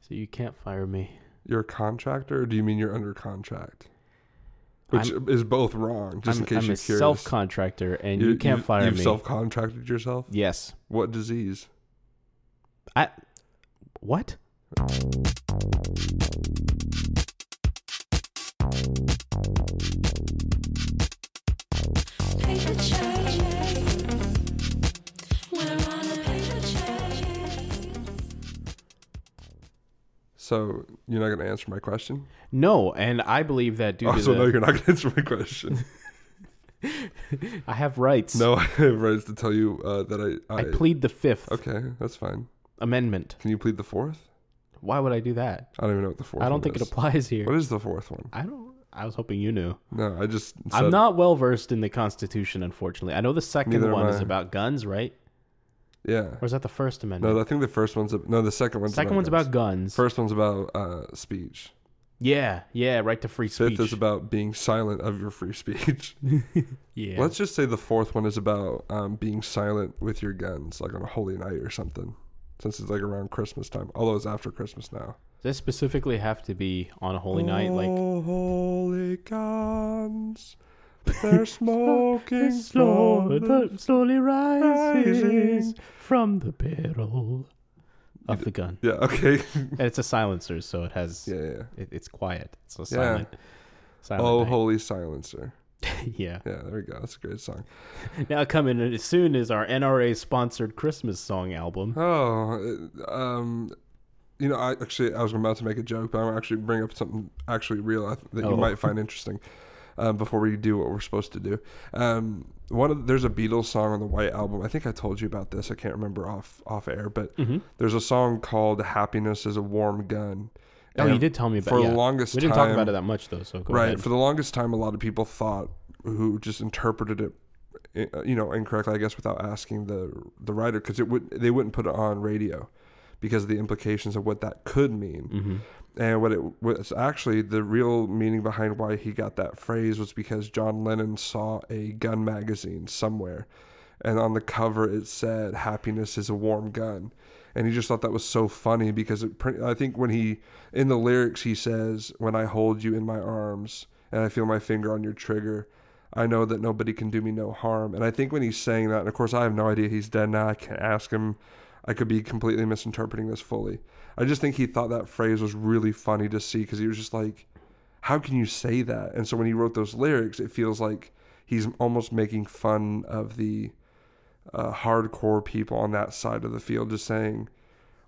So you can't fire me. You're a contractor, or do you mean you're under contract? Which is both wrong. Just I'm, in case I'm you're a curious, self contractor, and you, can't fire You've me. self-contracted yourself. yes. What disease? I. What? Paper chase. We're on a paper chase. So you're not going to answer my question. No, and I believe that due Oh, to so the- no, you're not going to answer my question. I have rights. no, I have rights to tell you uh, that I. I, I plead the Fifth Okay, that's fine. Amendment. Can you plead the fourth? Why would I do that? I don't even know what the fourth. I don't one think it is. applies here. What is the fourth one? I don't. I was hoping you knew. No, I just. I'm said- not well versed in the Constitution, unfortunately. I know the second Neither am one is I. about guns, right? Yeah. Or is that the First Amendment? No, I think the first one's no. The second one's second one's guns. about guns. First one's about uh, speech. yeah, yeah, right to free Fifth speech. is about being silent of your free speech. yeah. Let's just say the fourth one is about um, being silent with your guns, like on a holy night or something, since it's like around Christmas time. Although it's after Christmas now. Does this specifically have to be on a holy night? Like, oh, holy guns, they're smoking from the- slowly rises rising. from the barrel of the gun. Yeah. Okay. And it's a silencer, so it has. yeah. Yeah. It, it's quiet. It's a Yeah. silent. silent Oh, night. holy silencer. yeah. Yeah. There we go. That's a great song. Now coming as soon as our NRA sponsored Christmas song album. Oh, uh, um, you know, I actually I was about to make a joke, but I'm gonna actually bring up something actually real I th- that Oh. you might find interesting. Um, before we do what we're supposed to do, um, one of there's a Beatles song on the White album. I think I told you about this. I can't remember off off air, but Mm-hmm. there's a song called "Happiness Is a Warm Gun." Oh, you And did tell me about for yeah. the longest We didn't time, talk about it that much though, so go right ahead. for the longest time a lot of people thought who just interpreted it uh, you know incorrectly i guess without asking the the writer because it would they wouldn't put it on radio because of the implications of what that could mean Mm-hmm. and what it was actually the real meaning behind why he got that phrase was because john lennon saw a gun magazine somewhere and on the cover it said happiness is a warm gun and he just thought that was so funny because it pre- i think when he in the lyrics he says when i hold you in my arms and i feel my finger on your trigger i know that nobody can do me no harm and i think when he's saying that and of course i have no idea he's dead now i can't ask him i could be completely misinterpreting this fully i just think he thought that phrase was really funny to see because he was just like how can you say that? And so when he wrote those lyrics, it feels like he's almost making fun of the uh, hardcore people on that side of the field, just saying,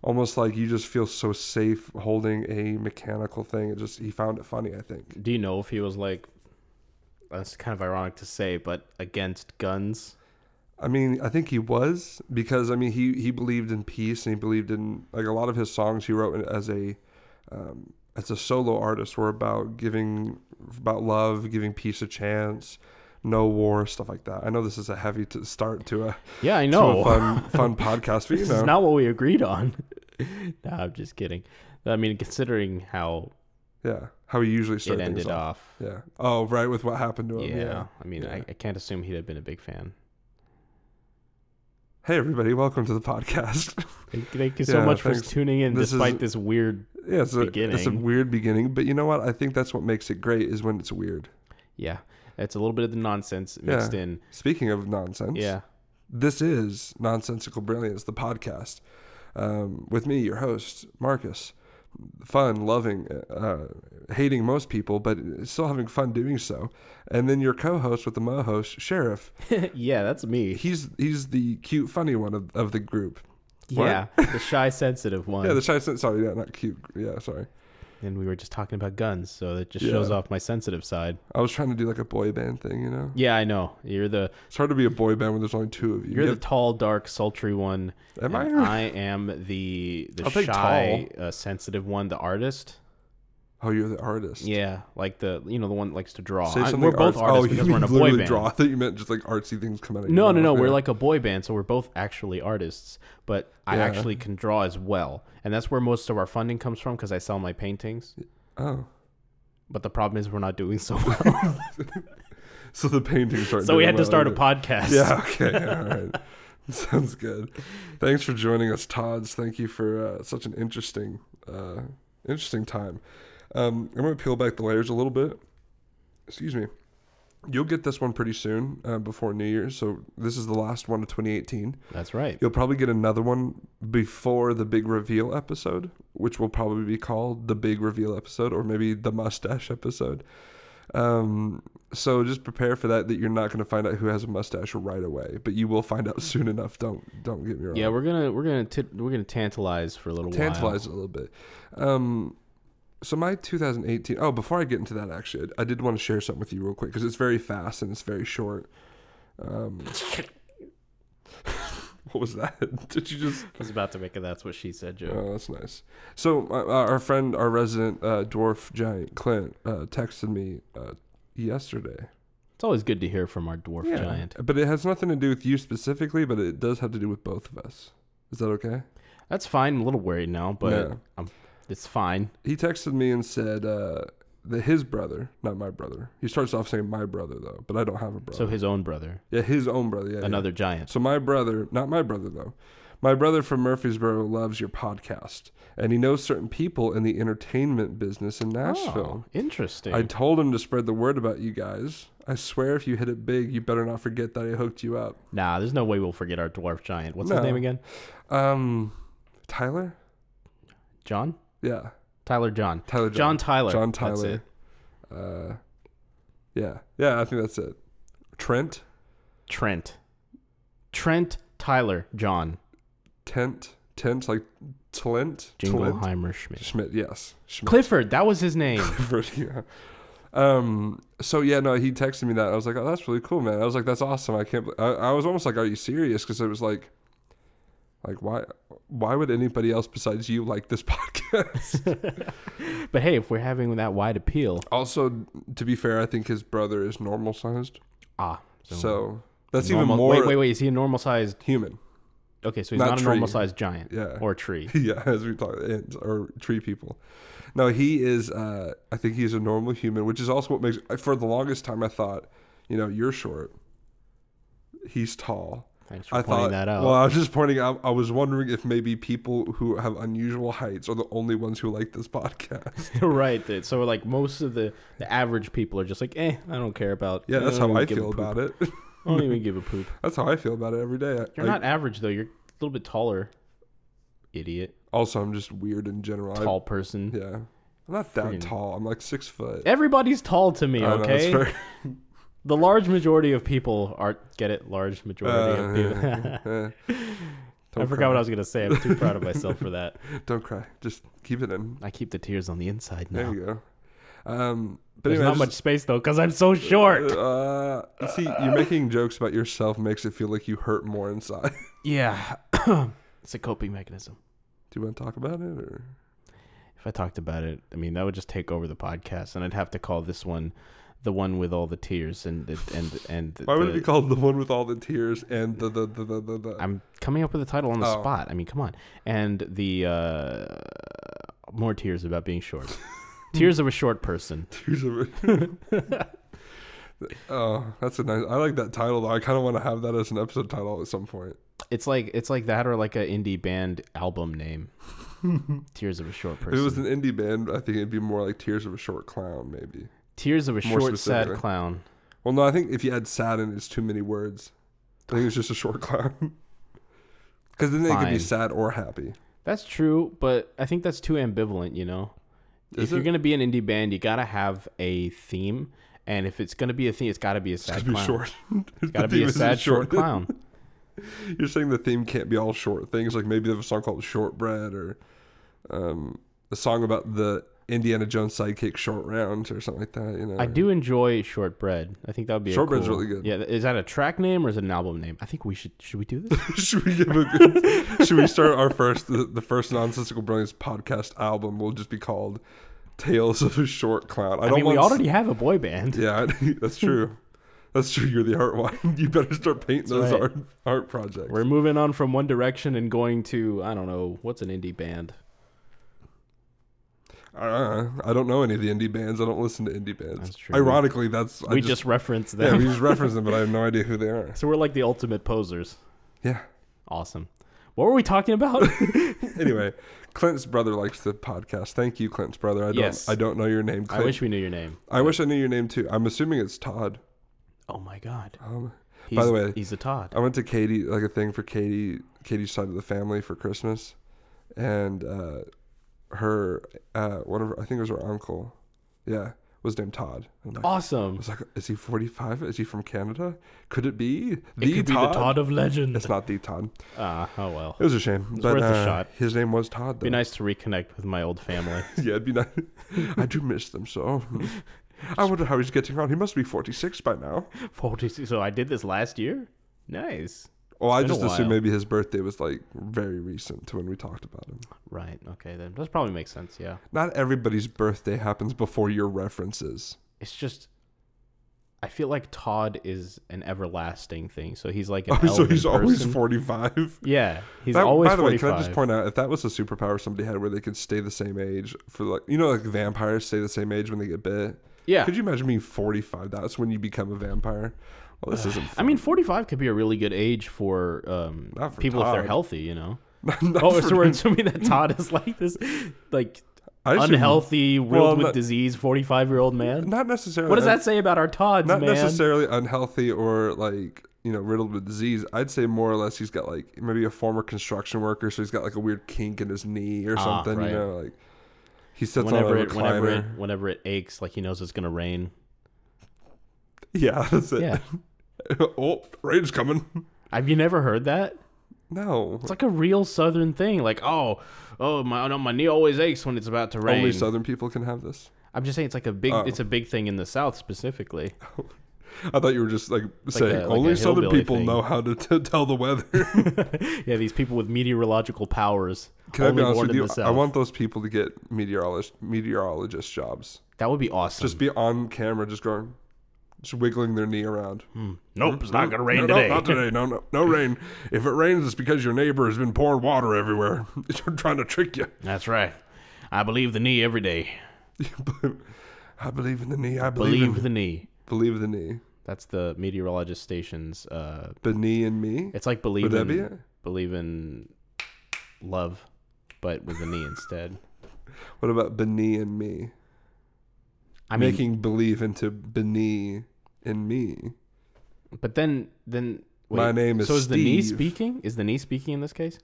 almost like you just feel so safe holding a mechanical thing. It just he found it funny, I think. Do you know if he was like that's kind of ironic to say, but against guns? I mean, I think he was because I mean he he believed in peace and he believed in like a lot of his songs he wrote as a um, as a solo artist were about giving about love, giving peace a chance, no war, stuff like that. I know this is a heavy to start to a, Yeah, I to a know. fun fun podcast, but you this know, is not what we agreed on. no, I'm just kidding. I mean, considering how yeah, how we usually it start ended things off. off. Yeah. Oh, right, with what happened to Yeah. him. Yeah. I mean, Yeah. I, I can't assume he'd have been a big fan. Hey everybody, welcome to the podcast. Thank, thank you so Yeah, much for thanks. tuning in This is- despite this weird. yeah, it's a, it's a Beginning. weird beginning, but you know what? I think that's what makes it great is when it's weird. Yeah. It's a little bit of the nonsense mixed in. Speaking of nonsense, Yeah. this is Nonsensical Brilliance, the podcast. Um, with me, your host, Marcus. Fun, loving, uh, hating most people, but still having fun doing so. And then your co host with the Mo host, Sheriff. yeah, that's me. He's he's the cute, funny one of, of the group. What? Yeah, the shy, sensitive one. Yeah, the shy, sorry, yeah, not cute. Yeah, sorry. and we were just talking about guns, so that just Yeah. shows off my sensitive side. I was trying to do like a boy band thing, you know? Yeah, I know. You're the It's hard to be a boy band when there's only two of you. you're Yeah, the tall, dark, sultry one. Am and I? I am the the I'll take shy, uh, sensitive one, the artist. oh, you're the artist. Yeah, like the you know the one that likes to draw. Say I- something we're both arts- artists oh, because you we're in a mean boy literally band. Draw. I thought you meant just like artsy things come out of your No, no, mouth. no. We're Yeah. like a boy band, so we're both actually artists, but I Yeah. actually can draw as well. And that's where most of our funding comes from because I sell my paintings. Oh. But the problem is we're not doing so well. So the paintings aren't. so we doing had to well start a either. podcast. Yeah. Okay. All right. Sounds good. Thanks for joining us, Todd. Thank you for uh, such an interesting uh, interesting time. Um, I'm going to peel back the layers a little bit. Excuse me. You'll get this one pretty soon uh, before New Year's. So this is the last one of 2018. That's right. You'll probably get another one before the big reveal episode, which will probably be called the big reveal episode or maybe the mustache episode. Um, so just prepare for that that you're not going to find out who has a mustache right away, but you will find out soon enough. Don't don't get me wrong. Yeah, we're gonna we're gonna t- we're gonna tantalize for a little while. tantalize it a little bit. Um, so my 2018. Oh, before I get into that, actually, I I did want to share something with you real quick because it's very fast and it's very short. Um, what was that? Did you just? I was about to make a that's what she said joke. Oh, that's nice. So uh, our friend, our resident uh, dwarf giant Clint, uh, texted me uh, yesterday. It's always good to hear from our dwarf giant. but it has nothing to do with you specifically, but it does have to do with both of us. Is that okay? That's fine. I'm a little worried now, but No. um, it's fine. he texted me and said uh, that his brother, not my brother. He starts off saying my brother though, but I don't have a brother. So his own brother, yeah, his own brother. Yeah, yeah. another giant. So my brother, not my brother though, my brother from Murfreesboro loves your podcast, and he knows certain people in the entertainment business in Nashville. Oh, interesting. I told him to spread the word about you guys. I swear, if you hit it big, you better not forget that I hooked you up. nah, there's no way we'll forget our dwarf giant. What's No. his name again? Um, Tyler. John. Yeah, Tyler John. Tyler. John. John Tyler. John That's it. Tyler. Uh, yeah, yeah, I think that's it. Trent, Trent. Trent Tyler John tent, tent, like Tlint, Tlint, Jingleheimer Schmidt. Schmidt. Yes, Schmidt. Clifford, that was his name. Clifford. Yeah. Um. So yeah, no, he texted me that. I was like, oh, that's really cool, man. I was like, that's awesome. I can't. bel- I, I was almost like, are you serious? Because it was like, like why, why would anybody else besides you like this podcast? but hey, if we're having that wide appeal, also, to be fair, I think his brother is normal sized, ah, so, that's normal- even more Wait, wait, wait. Is he a normal sized? human. Okay, so he's Not not, a tree. normal sized giant Yeah. or tree. yeah, as we talk, ants or tree people. No, he is. Uh, I think he's a normal human, which is also what makes. For the longest time, I thought, you know, you're short. He's tall. Thanks for I pointing thought. that out. Well, I was just pointing out. I was wondering if maybe people who have unusual heights are the only ones who like this podcast. You're right. that- So like most of the the average people are just like, eh, I don't care about. Yeah, that's don't even how I give a feel poop. about it. I don't even give a poop. that's how I feel about it every day. I- You're I- not average though. You're a little bit taller. Idiot. Also, I'm just weird in general. I- Tall person. yeah, I'm not that Freaking- tall. I'm like six foot. Everybody's tall to me. I don't know, it's Okay. very- The large majority of people are get it. Large majority of people. Uh, I forgot what I was gonna say. I'm too proud of myself for that. Don't cry. Just keep it in. I keep the tears on the inside now. There you go. Um, but There's anyway, not I much just- space though, cause I'm so short. Uh, you see, you making jokes about yourself makes it feel like you hurt more inside. Yeah, it's a coping mechanism. Do you want to talk about it or? If I talked about it, I mean that would just take over the podcast, and I'd have to call this one the one with all the tears and the, and and. Why would it the- be called the one with all the tears and the the the the the? the I'm coming up with a title on the Oh. spot. I mean, come on. And the uh, more tears about being short. tears of a short person. tears of it. oh, that's a nice. I like that title though. I kind of want to have that as an episode title at some point. It's like it's like that or like an indie band album name. tears of a short person. If it was an indie band, I think it'd be more like Tears of a Short Clown, maybe. tears of a more short sad specifically. clown. Well, no, I think if you add sad in, it's too many words. I think it's just a short clown. Because then they could be Fine. sad or happy. That's true, but I think that's too ambivalent, you know. Is if you're it? gonna be an indie band, you gotta have a theme, and if it's gonna be a theme, it's gotta be a sad Could be clown. short. It's gotta be a sad short clown. You're saying the theme can't be all short things. Like maybe they have a song called Shortbread or um, a song about the Indiana Jones sidekick Short Round or something like that. You know, I do enjoy shortbread. I think that would be a Shortbread's cool- really good. Yeah, is that a track name or is it an album name? I think we should should we do this? should we give a good, should we start our first the, the first nonsensical brilliance podcast album? Will just be called Tales of a Short Clown. I I, don't mean, we want s- already have a boy band. Yeah, I- that's true. That's true. You're the art one. You better start painting That's those right. art art projects. We're moving on from One Direction and going to I don't know what's an indie band. Uh, I don't know any of the indie bands. I don't listen to indie bands. That's true. Ironically, that's I we just, reference yeah them, we just reference them, but I have no idea who they are. so we're like the ultimate posers. Yeah, Awesome. What were we talking about? anyway, Clint's brother likes the podcast. Thank you, Clint's brother. I don't Yes. I don't know your name, I Clint. wish we knew your name. I wish I knew your name too. I'm assuming it's Todd. Oh my god. Um, He's, the way- he's a Todd. I went to Katie like a thing for Katie Katie's side of the family for Christmas, and uh, her uh, one of her, I think it was her uncle, yeah, was named Todd. And I'm like, I Awesome. was like, is he 45? Is he from Canada? Could it be It could be the Todd of legend. It's not the Todd. Ah, oh well. It was a shame. was but, worth a uh, shot. His name was Todd. Though. Be nice to reconnect with my old family. yeah, it'd be nice. I do miss them so. I wonder how he's getting on. He must be 46 by now. 46. So I did this last year? Nice. Well, I Been a just assumed while. maybe his birthday was like very recent to when we talked about him. Right. Okay. Then that probably makes sense. Yeah. Not everybody's birthday happens before your references. It's just, I feel like Todd is an everlasting thing. So he's like an Oh, so elven he's always person. 45. Yeah. He's That- always by the 45. way, can I just point out if that was a superpower somebody had where they could stay the same age for like you know like vampires stay the same age when they get bit? yeah. Could you imagine being 45? That's when you become a vampire. Well, this isn't. I mean, 45 could be a really good age for, um, Not for people if they're Todd. healthy, you know? Not- not Oh, for- so we're assuming that Todd is like this, like, I assume- unhealthy, well, riddled with not- disease, 45 year old man? Not necessarily. What does that say about our Todds, Not man? necessarily unhealthy or like you know riddled with disease. I'd say more or less he's got like maybe a former construction worker, so he's got like a weird kink in his knee or Ah, something. right. You know, like he sits whenever on a it, whenever it, recliner. whenever it aches, like he knows it's gonna rain. yeah, that's it. Yeah. oh, rain's coming. Have you never heard that? No, It's like a real Southern thing. Like, oh, oh, my, no, my knee always aches when it's about to rain. only Southern people can have this. I'm just saying, it's like a big, Oh. it's a big thing in the South specifically. I thought you were just like saying a- like only a Southern hillbilly people thing. know how to t- tell the weather. yeah, these people with meteorological powers. Can I only be honest born with in you? the I South. want those people to get meteorologist meteorologist jobs. that would be awesome. Just be on camera, just going, just wiggling their knee around. nope, it's not gonna rain no, today. No, not today. No, no, no rain. If it rains, it's because your neighbor has been pouring water everywhere. They're trying to trick you. That's right. I believe the knee every day. I believe in the knee. I believe, Believe in, the knee. believe the knee. That's the meteorologist station's. Uh, The knee in me. it's like believe Would that be in it? believe in love, but with the knee instead. What about Beni and me? I mean, Making believe into Beni in me. but then then wait, My name is so is the knee Steve. speaking? Is the knee speaking in this case?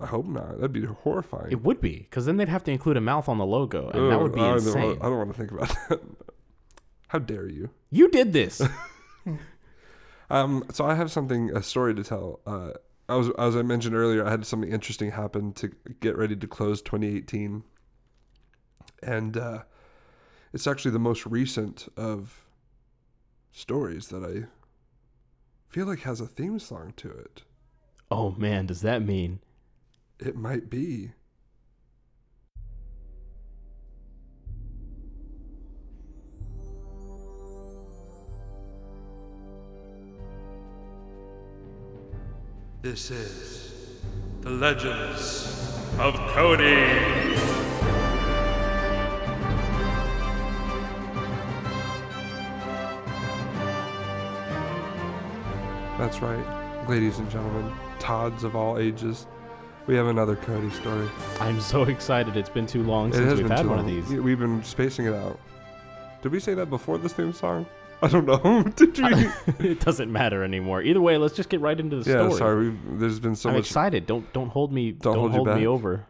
I hope not. That'd be horrifying. It would be because then they'd have to include a mouth on the logo, and that Ugh, would be I don't- insane. I don't want to think about that. How dare you? You did this. Um, so I have something, a story to tell. Uh, I was, as I mentioned earlier, I had something interesting happen to get ready to close 2018, and uh, it's actually the most recent of stories that I feel like has a theme song to it. oh man, does that mean It might be. This is the Legends of Cody. That's right, ladies and gentlemen, Todds of all ages. We have another Cody story. I'm so excited? It's been too long It since has we've been had too one of long. these. Yeah, We've been spacing it out. Did we say that before this theme song? I don't know. Did we? it doesn't matter anymore. Either way, let's just get right into the yeah, story. sorry. We've, there's been so I'm much. excited. Don't don't hold me. Don't, hold hold, you me back. over.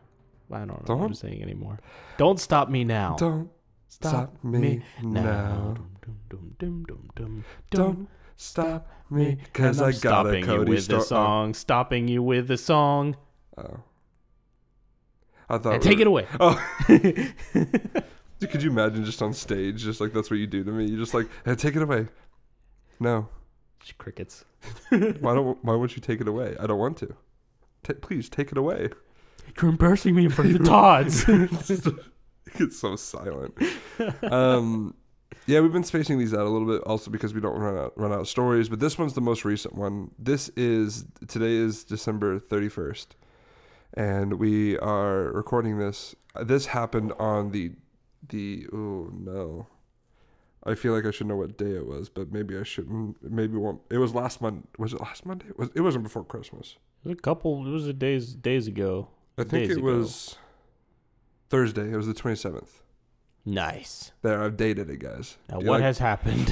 I don't know what I'm Don't- saying anymore. Don't stop me now. Don't stop me now. Dum, dum, dum, dum, dum, dum. don't stop me because And I'm I got a stopping you Cody with story. the song. Stopping you with the song. Oh. Oh. I thought. And take it away. Oh. Could you imagine just on stage, just like that's what you do to me? You just like, hey, take it away. No, Crickets. why don't? Why won't you take it away? I don't want to. Ta please take it away. You're embarrassing me in front of the Todds. it's so silent. Um, yeah, we've been spacing these out a little bit, also because we don't run out run out of stories. But this one's the most recent one. This is today is December thirty first, and we are recording this. This happened on the the oh no, I feel like I should know what day it was, but maybe I shouldn't. Maybe it won't. It was last Monday. Was it last Monday? It was it wasn't before Christmas? It was a couple. It was a days days ago. I think Days it ago. was Thursday. It was the 27th. Nice. There, I've dated it, guys. Now, You what like- has happened?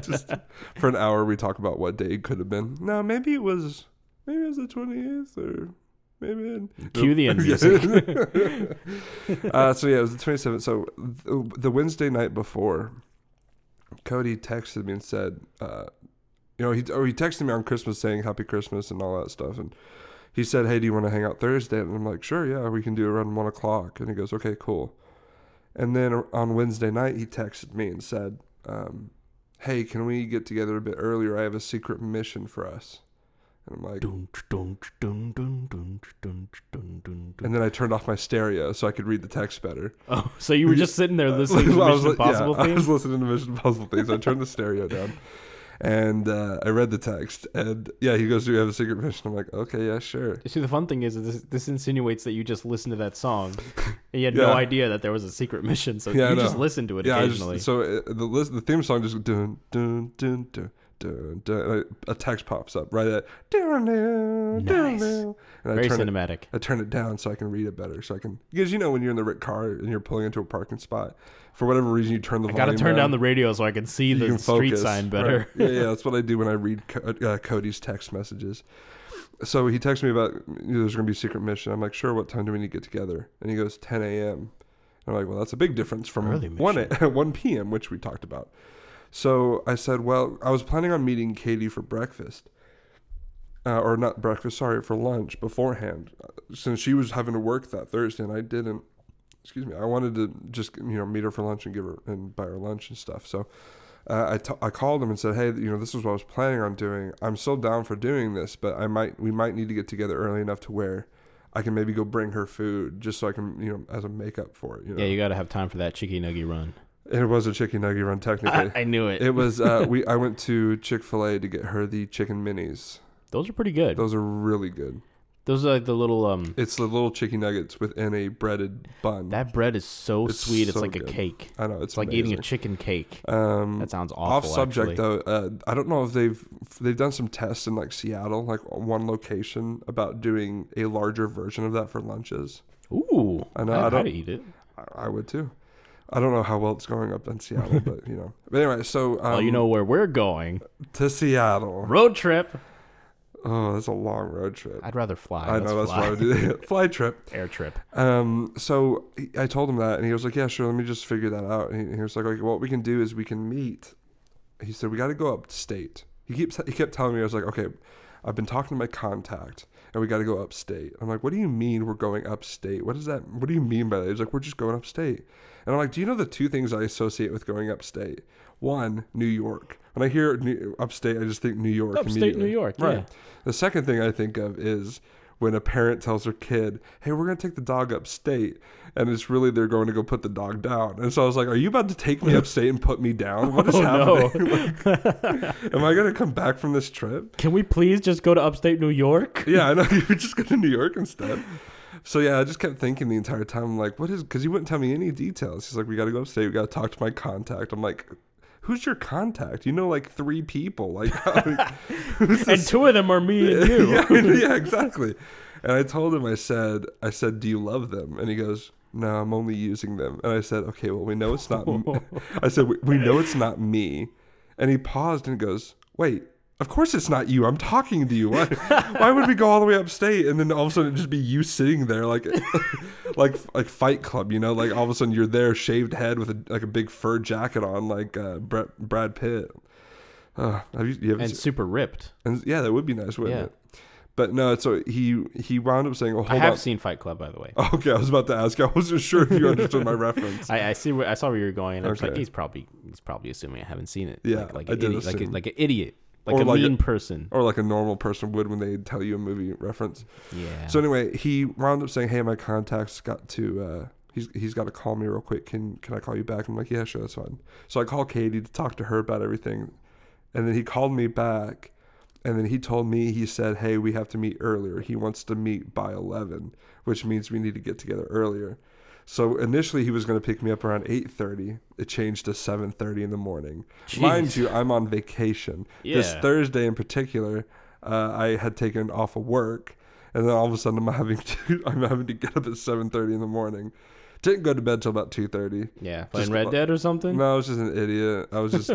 just for an hour we talk about what day it could have been. No, maybe it was maybe it was the twenty eighth or maybe it, Cue the end music. uh, so yeah, it was the twenty seventh. So th- the Wednesday night before, Cody texted me and said, uh, you know, he or he texted me on Christmas saying Happy Christmas and all that stuff and. He said, "Hey, do you want to hang out Thursday?" And I'm like, "Sure, yeah, we can do it around one o'clock." And he goes, "Okay, cool." And then on Wednesday night, he texted me and said, um, hey, can we get together a bit earlier? I have a secret mission for us. And I'm like, Dun, dun, dun, dun, dun, dun, dun, dun, dun. and then I turned off my stereo so I could read the text better. Oh, so you were just sitting there listening to Well, I Mission was li- yeah, Impossible I was theme? listening to Mission Impossible things. I turned the stereo down, and uh, I read the text. And yeah, he goes, "Do you have a secret mission?" I'm like, "Okay, yeah, sure." See, the fun thing is, that this this insinuates that you just listened to that song, and you had no Yeah. idea that there was a secret mission. So Yeah, I you just know. listened to it Yeah, I just, occasionally. so uh, the lis- the theme song just dun dun dun dun. Dun, dun, and I- a text pops up right at down now, down Nice. now, and I Very turn it cinematic. I turn it down so I can read it better. So I can because you know when you're in the red car and you're pulling into a parking spot, for whatever reason you turn the I volume. gotta turn down the radio so I can see you the can street focus. sign better. Right. Yeah, yeah, that's what I do when I read Co- uh, Cody's text messages. So he texts me about you know, there's gonna be a secret mission. I'm like, sure. What time do we need to get together? And he goes 10 a.m. And I'm like, well, that's a big difference from Early one a, 1 p.m. which we talked about. So I said, well, I was planning on meeting Katie for breakfast. Uh, or not breakfast, sorry, for lunch beforehand, uh, since she was having to work that Thursday and I didn't. Excuse me. I wanted to just you know meet her for lunch and give her and buy her lunch and stuff. So uh, I, t- I called him and said, "Hey, you know, this is what I was planning on doing. I'm still down for doing this, but I might we might need to get together early enough to where I can maybe go bring her food just so I can you know as a makeup for it. You know, Yeah, you gotta have time for that cheeky nuggy run. it was a chicken nugget run technically. I, I knew it. it was uh, we I went to Chick Fil A to get her the chicken minis. Those are pretty good. Those, Those are really good. are like the little um. It's the little chicken nuggets within a breaded bun. That bread is so It's sweet. It's so like a good. cake. I know it's, It's like eating a amazing. chicken cake. um, That sounds awful. off subject actually. though uh, i don't know if they've they've done some tests in like seattle like one location about doing a larger version of that for lunches Ooh, I know, I'd- I don't- I'd eat it. i, I would too i don't know how well it's going up in seattle but you know but anyway so um, well, you know where we're going. to seattle Road trip. oh that's a long road trip I'd rather fly. i Let's know that's fly. why i would do that fly trip Air trip. Um, so he- I told him that, and he was like, "Yeah, sure. Let me just figure that out." And he, he was like, "Okay, what we can do is we can meet." He said, "We got to go upstate." He keeps he kept telling me, "I was like, okay, I've been talking to my contact, and we got to go upstate." I'm like, "What do you mean we're going upstate? What is that? What do you mean by that?" He's like, "We're just going upstate," and I'm like, "Do you know the two things I associate with going upstate? One, New York. When I hear new, upstate, I just think New York. Upstate immediately. New York, right?" yeah. The second thing I think of is when a parent tells their kid, "Hey, we're gonna take the dog upstate," and it's really they're going to go put the dog down. And so I was like, "Are you about to take me upstate and put me down? What is Oh, no. happening? Like, am I gonna come back from this trip?" Can we please just go to upstate New York? Yeah, I know you would just go to New York instead. So yeah, I just kept thinking the entire time, I'm like, "What is?" Because he wouldn't tell me any details. He's like, "We gotta go upstate. We gotta talk to my contact." I'm like. Who's your contact? You know, like three people. Like, and two of them are me and you. yeah, yeah, exactly. And I told him, I said, I said, do you love them? And he goes, no, I'm only using them. And I said, okay, well, we know it's not. m-" I said, we, we know it's not me. And he paused and goes, wait, of course it's not you. I'm talking to you. Why, why would we go all the way upstate and then all of a sudden it'd just be you sitting there like, like, like Fight Club, you know? Like all of a sudden you're there, shaved head with a, like a big fur jacket on, like uh, Brett, Brad Pitt. Uh, have you, you haven't And seen- super ripped. and yeah, that would be nice, wouldn't Yeah. it? But no, so he he wound up Oh. saying, "Well, hold I have on." seen Fight Club, by the way. okay, I was about to ask. I wasn't sure if you understood my reference. I, I see where I saw where you were going. And I was like, Okay. he's probably he's probably assuming I haven't seen it. Yeah, like, like I an did idiot, like a, assume. like an idiot, like Or a like a- mean person. Or like a normal person would when they tell you a movie reference. yeah. So anyway, he wound up saying, "Hey, my contact's got to uh, he's he's got to call me real quick. Can can I call you back?" I'm like, "Yeah, sure, that's fine." So I call Katie to talk to her about everything, and then he called me back, and then he told me he said, "Hey, we have to meet earlier. He wants to meet by eleven, which means we need to get together earlier." So initially he was going to pick me up around 8:30. It changed to 7:30 in the morning. Mind Jeez. you, I'm on vacation. This Yeah. Thursday in particular, uh, I had taken off of work, and then all of a sudden I'm having to I'm having to get up at seven thirty in the morning. Didn't go to bed till about two thirty. Yeah, playing Just Red like- Dead or something. No, I was just an idiot. I was just,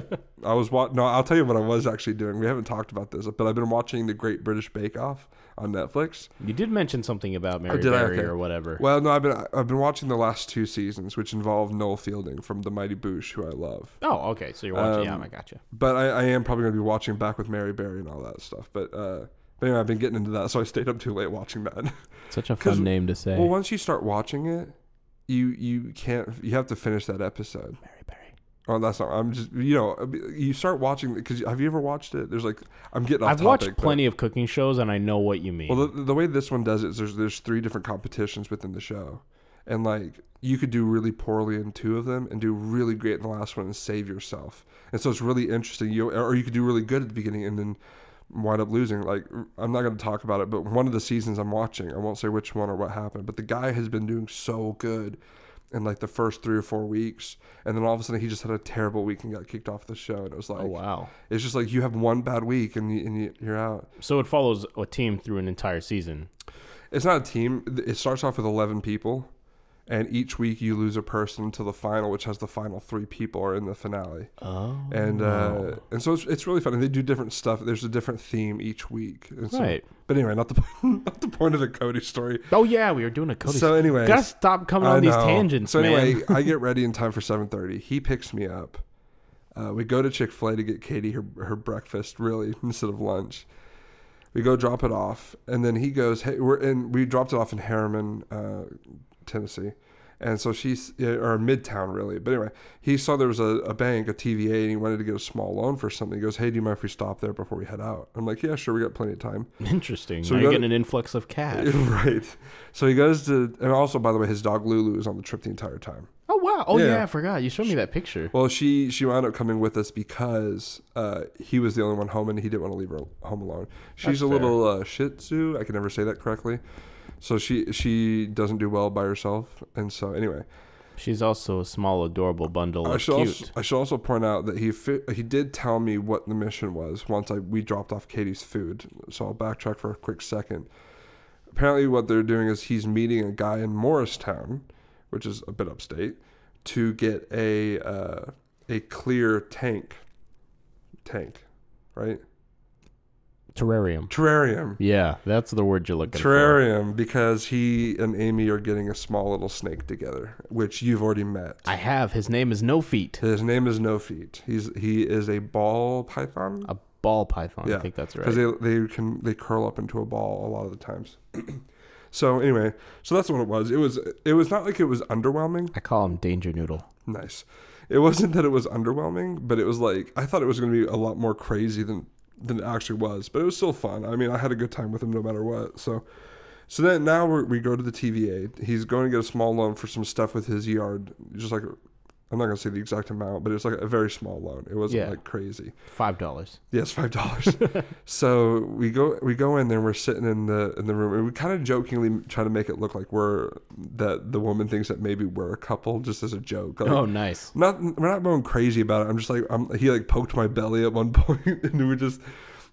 I was watching. No, I'll tell you what I was actually doing. We haven't talked about this, but I've been watching the Great British Bake Off on Netflix. You did mention something about Mary did I? Berry Okay. or whatever. Well, no, I've been, I've been watching the last two seasons, which involve Noel Fielding from The Mighty Boosh, who I love. oh, okay. So you're watching. Um, yeah, I gotcha. But I, I am probably going to be watching back with Mary Berry and all that stuff. But, uh, but anyway, I've been getting into that, so I stayed up too late watching that. Such a 'cause- fun name to say. well, once you start watching it, you you can't you have to finish that episode. Mary Berry. Oh, that's not. I'm just you know you start watching because have you ever watched it? There's like I'm getting. Off I've topic, watched but- plenty of cooking shows, and I know what you mean. Well, the, the way this one does it is there's there's three different competitions within the show, and like you could do really poorly in two of them and do really great in the last one and save yourself. And so it's really interesting. You or you could do really good at the beginning and then wind up losing. Like I'm not going to talk about it, but one of the seasons I'm watching, I won't say which one or what happened, but the guy has been doing so good in like the first three or four weeks, and then all of a sudden he just had a terrible week and got kicked off the show. And it was like, oh wow. it's just like you have one bad week and, you, and you, you're out. So it follows a team through an entire season. It's not a team. It starts off with 11 people, and each week you lose a person until the final, which has the final three people are in the finale. Oh. And uh, and so it's, it's really fun. And they do different stuff. There's a different theme each week. And so- Right. But anyway, not the point- not the point of the Cody story. Oh yeah, we were doing a Cody. So anyway, gotta stop coming on these know. tangents, So man. anyway, I get ready in time for 7:30. He picks me up. Uh, we go to Chick Fil A to get Katie her her breakfast, really instead of lunch. We go drop it off, and then he goes, "Hey, we're in." We dropped it off in Harriman, uh, Tennessee, and so she's yeah, or Midtown really. But anyway, he saw there was a, a bank, a TVA, and he wanted to get a small loan for something. He goes, "Hey, do you mind if we stop there before we head out?" I'm like, "Yeah, sure. We got plenty of time." Interesting. So So we you're go to- getting an influx of cash. right. So he goes to, and also by the way, his dog Lulu is on the trip the entire time. Oh wow. Oh yeah. Yeah. I forgot. You showed me that picture. Well, she she wound up coming with us because uh, he was the only one home and he didn't want to leave her home alone. She's That's a little uh, Shih Tzu. I can never say that correctly. So she she doesn't do well by herself. And so anyway, She's also a small, adorable bundle I of should cute. also, I should also point out that he fi- he did tell me what the mission was once I we dropped off Katie's food. So I'll backtrack for a quick second. Apparently, what they're doing is he's meeting a guy in Morristown, which is a bit upstate, to get a uh, a clear tank, tank, right? Terrarium. Terrarium. Yeah, that's the word you're looking for. Terrarium, because he and Amy are getting a small little snake together, which you've already met. I have. His name is No Feet. His name is No Feet. He's he is a ball python. A ball python. I think that's right. Because they, they can they curl up into a ball a lot of the times. so anyway, so that's what it was. It was it was not like it was underwhelming. I call him Danger Noodle. Nice. It wasn't that it was underwhelming, but it was like I thought it was going to be a lot more crazy than than it actually was. But it was still fun. I mean, I had a good time with him no matter what. So. So then now we're, we go to the TVA. He's going to get a small loan for some stuff with his yard. Just like, I'm not going to say the exact amount, but it's like a very small loan. It wasn't Yeah. like crazy. Five dollars. Yes, five dollars. so we go we go in there. We're sitting in the in the room, and we kind of jokingly try to make it look like we're that the woman thinks that maybe we're a couple, just as a joke. Like, Oh, nice. not we're not going crazy about it. I'm just like I'm, he like poked my belly at one point, and we're just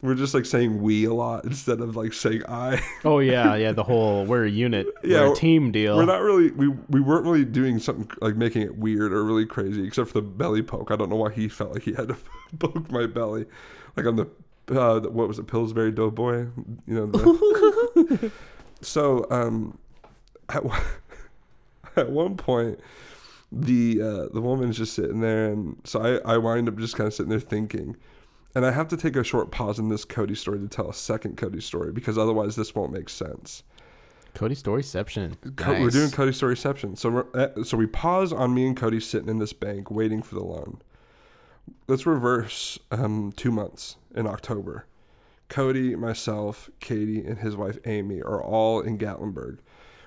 we're just like saying we a lot instead of like saying I. Oh yeah, yeah. The whole we're a unit, Yeah, we're we're- a team deal. We're not really we we weren't really doing something like making it weird or really crazy, except for the belly poke. I don't know why he felt like he had to poke my belly, like on the uh, the- what was it Pillsbury Doughboy, you know. The, so um, at one, at one point. The uh, the woman's just sitting there, and so I, I wind up just kind of sitting there thinking, and I have to take a short pause in this Cody story to tell a second Cody story because otherwise this won't make sense. Cody Storyception. Co- We're Nice. doing Cody story reception. So we're, uh, so we pause on me and Cody sitting in this bank waiting for the loan. Let's reverse um, two months in October. Cody, myself, Katie, and his wife Amy are all in Gatlinburg.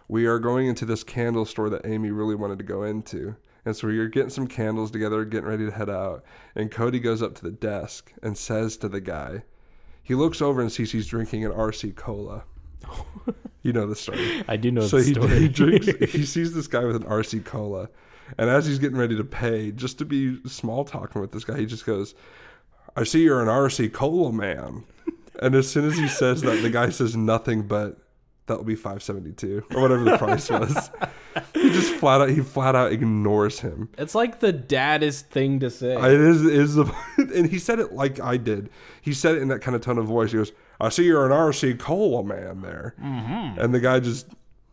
We are going into this candle store that Amy really wanted to go into. And so we are getting some candles together, getting ready to head out. And Cody goes up to the desk and says to the guy, he looks over and sees he's drinking an RC Cola. you know the story I do know so the he, story. he drinks. he sees this guy with an RC cola, and as he's getting ready to pay, just to be small talking with this guy, he just goes, "I see you're an RC cola man," And as soon as he says that, the guy says nothing but that'll be five seventy two or whatever the price was. He just flat out he flat out ignores him. It's like the daddest thing to say. It is it is the and he said it like I did. He said it in that kind of tone of voice. He goes, "I see you're an RC Cola man there," and the guy just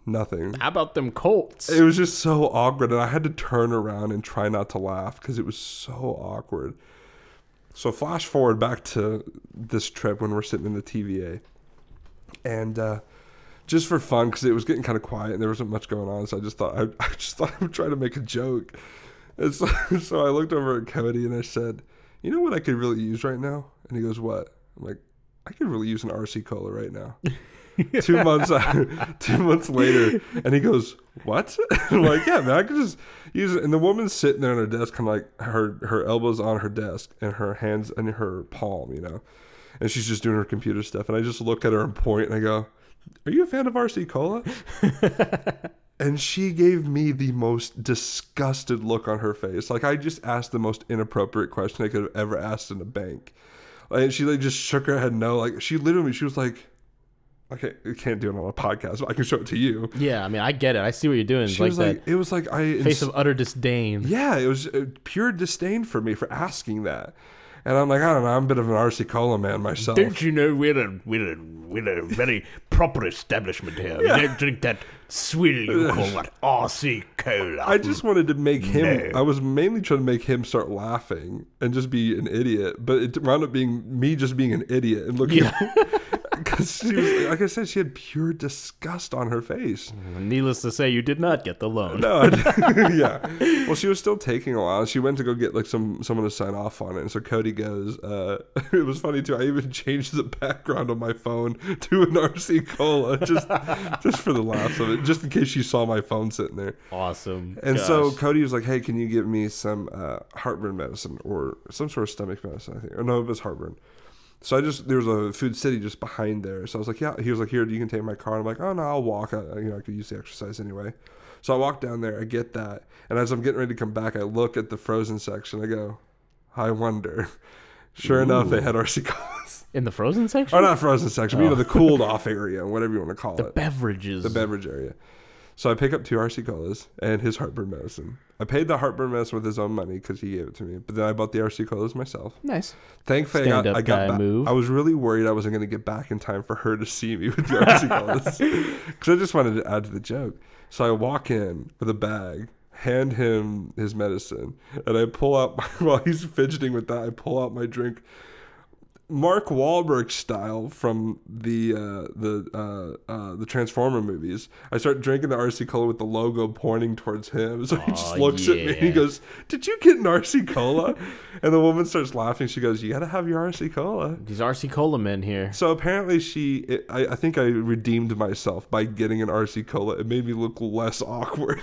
nothing. How about them Colts? It was just so awkward, and I had to turn around and try not to laugh because it was so awkward. So flash forward back to this trip when we're sitting in the TVA, and uh, just for fun because it was getting kind of quiet and there wasn't much going on, so I just thought I, I just thought I would try to make a joke. And so, so I looked over at Cody and I said, "You know what I could really use right now?" And he goes, "What?" I'm like, "I could really use an RC cola right now." two months two months later and he goes what I'm like yeah man i could just use it and the woman's sitting there on her desk kind of like her her elbows on her desk and her hands in her palm you know and she's just doing her computer stuff and i just look at her and point and i go are you a fan of rc cola and she gave me the most disgusted look on her face like i just asked the most inappropriate question i could have ever asked in a bank and she like just shook her head no like she literally she was like I can't, I can't do it on a podcast, but I can show it to you. yeah, I mean, I get it. I see what you're doing. She like was that like, it was like I face of utter disdain. yeah, it was uh, pure disdain for me for asking that, and I'm like, I don't know, I'm a bit of an RC Cola man myself. you know we're a we're a we're a very proper establishment here? We don't drink that swill you call that RC cola. I just wanted to make him. I was mainly trying to make him start laughing and just be an idiot, but it wound up being me just being an idiot and looking. Because she was, like I said, she had pure disgust on her Mm. face. Needless to say, you did not get the loan. No, I- yeah. Well, she was still taking a while. She went to go get like some someone to sign off on it, and so Cody goes. Uh, it was funny too. I even changed the background on my phone to an RC cola just just for the laughs of it, just in case she saw my phone sitting there. Awesome. And so Gosh. Cody was like, "Hey, can you give me some uh, heartburn medicine or some sort of stomach medicine?" I think. Or no, it was heartburn. So I just there was a Food City just behind there. So I was like, "Yeah." He was like, "Here, you can take my car." And I'm like, "Oh no, I'll walk. I, you know, I could use the exercise anyway." So I walk down there. I get that, and as I'm getting ready to come back, I look at the frozen section. I go, "I wonder." Sure enough, they had RC colas. in the frozen section, or not frozen section, but you know the cooled off area, whatever you want to call it beverages. the beverage area. So I pick up two RC colas and his heartburn medicine. I paid the heartburn medicine with his own money because he gave it to me. But then I bought the RC colas myself. nice. Thankfully, I got, Stand-up I got guy back. move. I was really worried I wasn't going to get back in time for her to see me with the RC colas because I just wanted to add to the joke. So I walk in with a bag, hand him his medicine, and I pull out while he's fidgeting with that. I pull out my drink. Mark Wahlberg style from the uh, the uh, uh, the Transformer movies. I start drinking the RC cola with the logo pointing towards him. So he just Aw, looks at me and he yeah. goes, "Did you get an RC cola?" and the woman starts laughing. She goes, "You got to have your RC cola." These RC Cola men here. So apparently she, it, I, I think I redeemed myself by getting an RC cola. It made me look less awkward.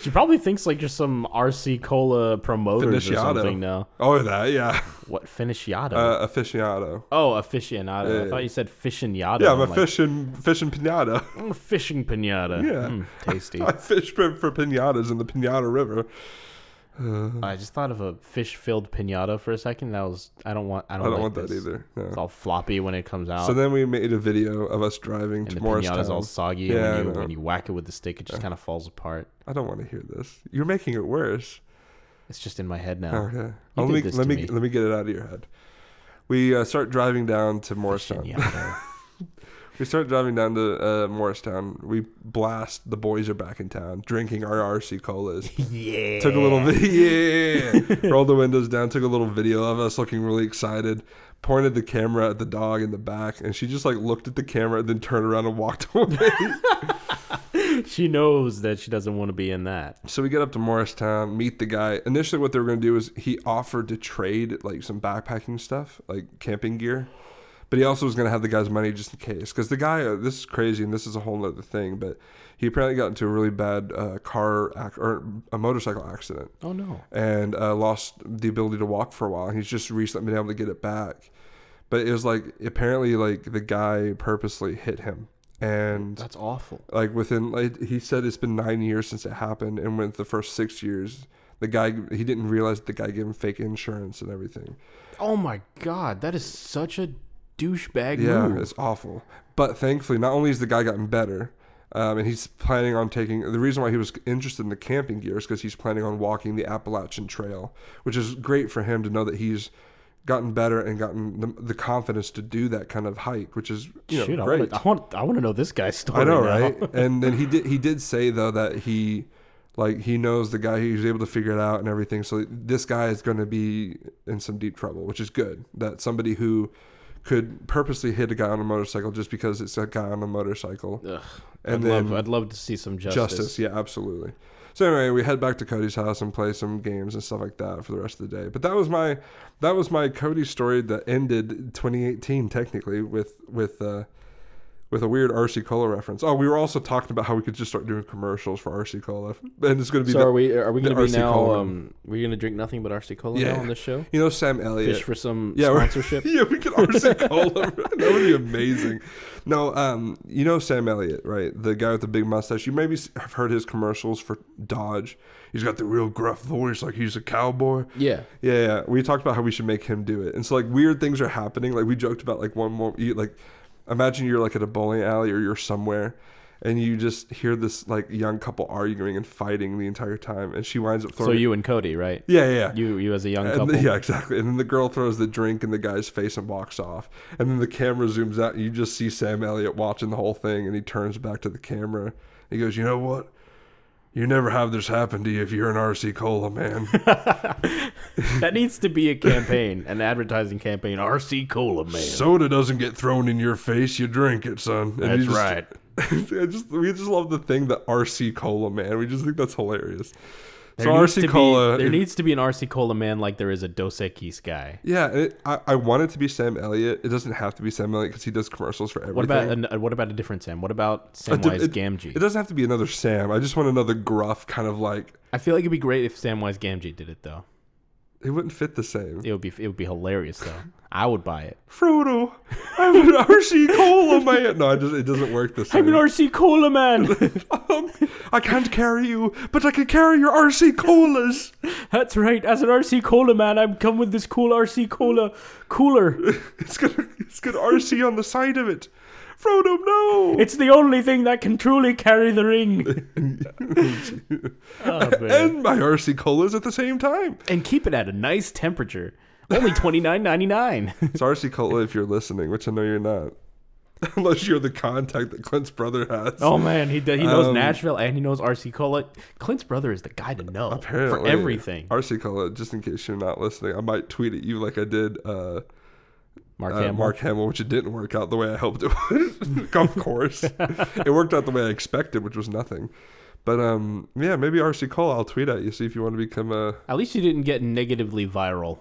She probably thinks like you're some RC Cola promoters or something now. Oh, that yeah, What finiciato? uh, aficionado. oh, aficionado. I yeah. thought you said fishinato. Yeah, I'm a like, fish and fish and pinata. "Mm, fishing pinata. Yeah. Mm, tasty. I fish for, for pinatas in the Pinata River. I just thought of a fish-filled pinata for a second. That was I don't want. I don't, I don't like want that this. either. It's No. all floppy when it comes out. So then we made a video of us driving and to the pinata's Morristown. all soggy. Yeah, I and when know. you, when you whack it with the stick, it just kind of falls apart. I don't want to hear this. You're making it worse. It's just in my head now. Okay. Well, let did me this let to me, me. let me get it out of your head. We uh, start driving down to Morristown. Pinata. We start driving down to uh, Morristown. We blast. The boys are back in town, drinking our RC colas. yeah. Took a little video. Yeah. Rolled the windows down. Took a little video of us looking really excited. Pointed the camera at the dog in the back, and she just like looked at the camera and then turned around and walked away. she knows that she doesn't want to be in that. so we get up to Morristown, meet the guy. Initially, what they were going to do is he offered to trade like some backpacking stuff, like camping gear, but he also was going to have the guy's money just in case. Because the guy, uh, this is crazy, and this is a whole other thing, but he apparently got into a really bad uh, car ac- or a motorcycle accident Oh no. and uh, lost the ability to walk for a while. He's just recently been able to get it back, but it was like apparently like the guy purposely hit him and That's awful. like within like he said it's been nine years since it happened and with the first six years the guy he didn't realize that the guy gave him fake insurance and everything Oh my god, that is such a douchebag Yeah, move. it's awful. But thankfully, not only has the guy gotten better, um, and he's planning on taking the reason why he was interested in the camping gear is because he's planning on walking the Appalachian Trail, which is great for him to know that he's gotten better and gotten the, the confidence to do that kind of hike, which is you know Shit, I great. want, I want I want to know this guy's story. I know, now. right? and then he did. He did say though that he, like, he knows the guy. He's able to figure it out and everything. So this guy is going to be in some deep trouble, which is good. That somebody who could purposely hit a guy on a motorcycle just because it's a guy on a motorcycle. Ugh. And I'd, then- love, I'd love to see some justice. Justice. yeah, absolutely. So anyway, we head back to Cody's house and play some games and stuff like that for the rest of the day. But that was my that was my Cody story that ended 2018 technically with with uh, with a weird RC Cola reference. Oh, we were also talking about how we could just start doing commercials for RC Cola, and it's going to be So the- are we are we the going to be RC now? Cola. Um, we're going to drink nothing but RC cola Yeah. now on this show. you know Sam Elliott. Fish for some Yeah, we're- sponsorship. yeah, we could RC Cola. that would be amazing. No, um, you know Sam Elliott, right? The guy with the big mustache. You maybe s- have heard his commercials for Dodge. He's got the real gruff voice, like he's a cowboy. yeah. Yeah, yeah. We talked about how we should make him do it. And so like weird things are happening. Like we joked about like one more you, like imagine you're like at a bowling alley or you're somewhere and you just hear this like young couple arguing and fighting the entire time and she winds up So throwing you and Cody, right? Yeah, yeah, yeah. You you as a young And couple. the- yeah, exactly. And then the girl throws the drink in the guy's face and walks off. And then the camera zooms out, and you just see Sam Elliott watching the whole thing. And he turns back to the camera. He goes, "You know what? You never have this happen to you if you're an RC Cola man." That needs to be a campaign, an advertising campaign. RC Cola Man. Soda doesn't get thrown in your face. You drink it, son. And That's you just- right. I just we just love the thing that RC Cola man. We just think that's hilarious. There so needs to RC be- Cola. there if- needs to be an RC Cola Man like there is a Dos Equis guy. yeah, it, I, I want it to be Sam Elliott. It doesn't have to be Sam Elliott because he does commercials for everything. What about an, uh, what about a different Sam? What about Samwise it, Gamgee? It doesn't have to be another Sam. I just want another gruff kind of like I feel like it'd be great if Samwise Gamgee did it though. it wouldn't fit the same. It would be it would be hilarious though. I would buy it. Frodo, I'm an RC Cola man. No, I just it doesn't work the same. Um, I'm an RC Cola Man. I can't carry you, but I can carry your RC colas. That's right. As an RC Cola Man, I'm come with this cool RC Cola cooler. It's got it's got RC on the side of it. Frodo, no. It's the only thing that can truly carry the ring. oh, man. and my RC colas at the same time. And keep it at a nice temperature. Only twenty nine ninety nine. It's RC cola if you're listening, which I know you're not, unless you're the contact that Clint's brother has. Oh man, he he knows Um, Nashville and he knows RC Cola. Clint's brother is the guy to know for Apparently, everything. RC Cola, just in case you're not listening, I might tweet at you like I did uh, Mark uh, Hamill. Mark Hamill, which it didn't work out the way I hoped it would. of course, it worked out the way I expected, which was nothing. But um, yeah, maybe RC Cola. I'll tweet at you see if you want to become a. At least you didn't get negatively viral.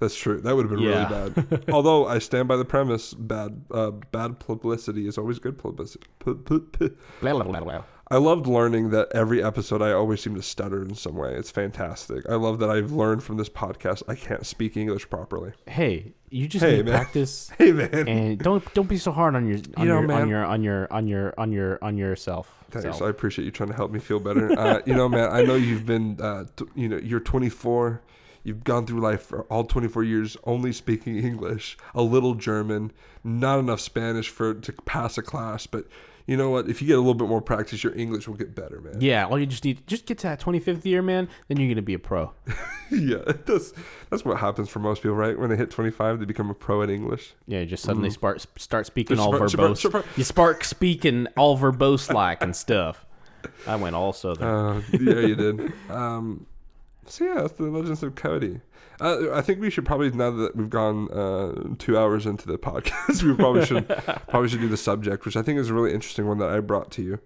That's true. That would have been Yeah. really bad. Although I stand by the premise, bad uh, bad publicity is always good publicity. Pu- pu- pu- Blah, blah, blah, blah. I loved learning that every episode I always seem to stutter in some way. It's fantastic. I love that I've learned from this podcast I can't speak English properly. Hey, you just Hey, need man. practice Hey man. and don't don't be so hard on your on, You know, your, on man. your on your on your on your on yourself. Thanks. I Self. appreciate you trying to help me feel better. uh, you know, man, I know you've been, uh, t- you know, you're 24. You've gone through life for all 24 years only speaking English, a little German, not enough Spanish for to pass a class. But you know what? If you get a little bit more practice, your English will get better, man. yeah, all you just need just get to that twenty fifth year, man. Then you're gonna be a pro. yeah. That's that's what happens for most people, right? When they hit 25, they become a pro at English. Yeah, you just suddenly spark, start speaking Mm-hmm. Just all spark- verbose. spark- spark- You spark speaking all verbose like and stuff. I went all southern. Uh, yeah, you did. Um, so yeah, that's the Legends of Cody. Uh, I think we should probably now that we've gone uh, two hours into the podcast, we probably should probably should do the subject, which I think is a really interesting one that I brought to you.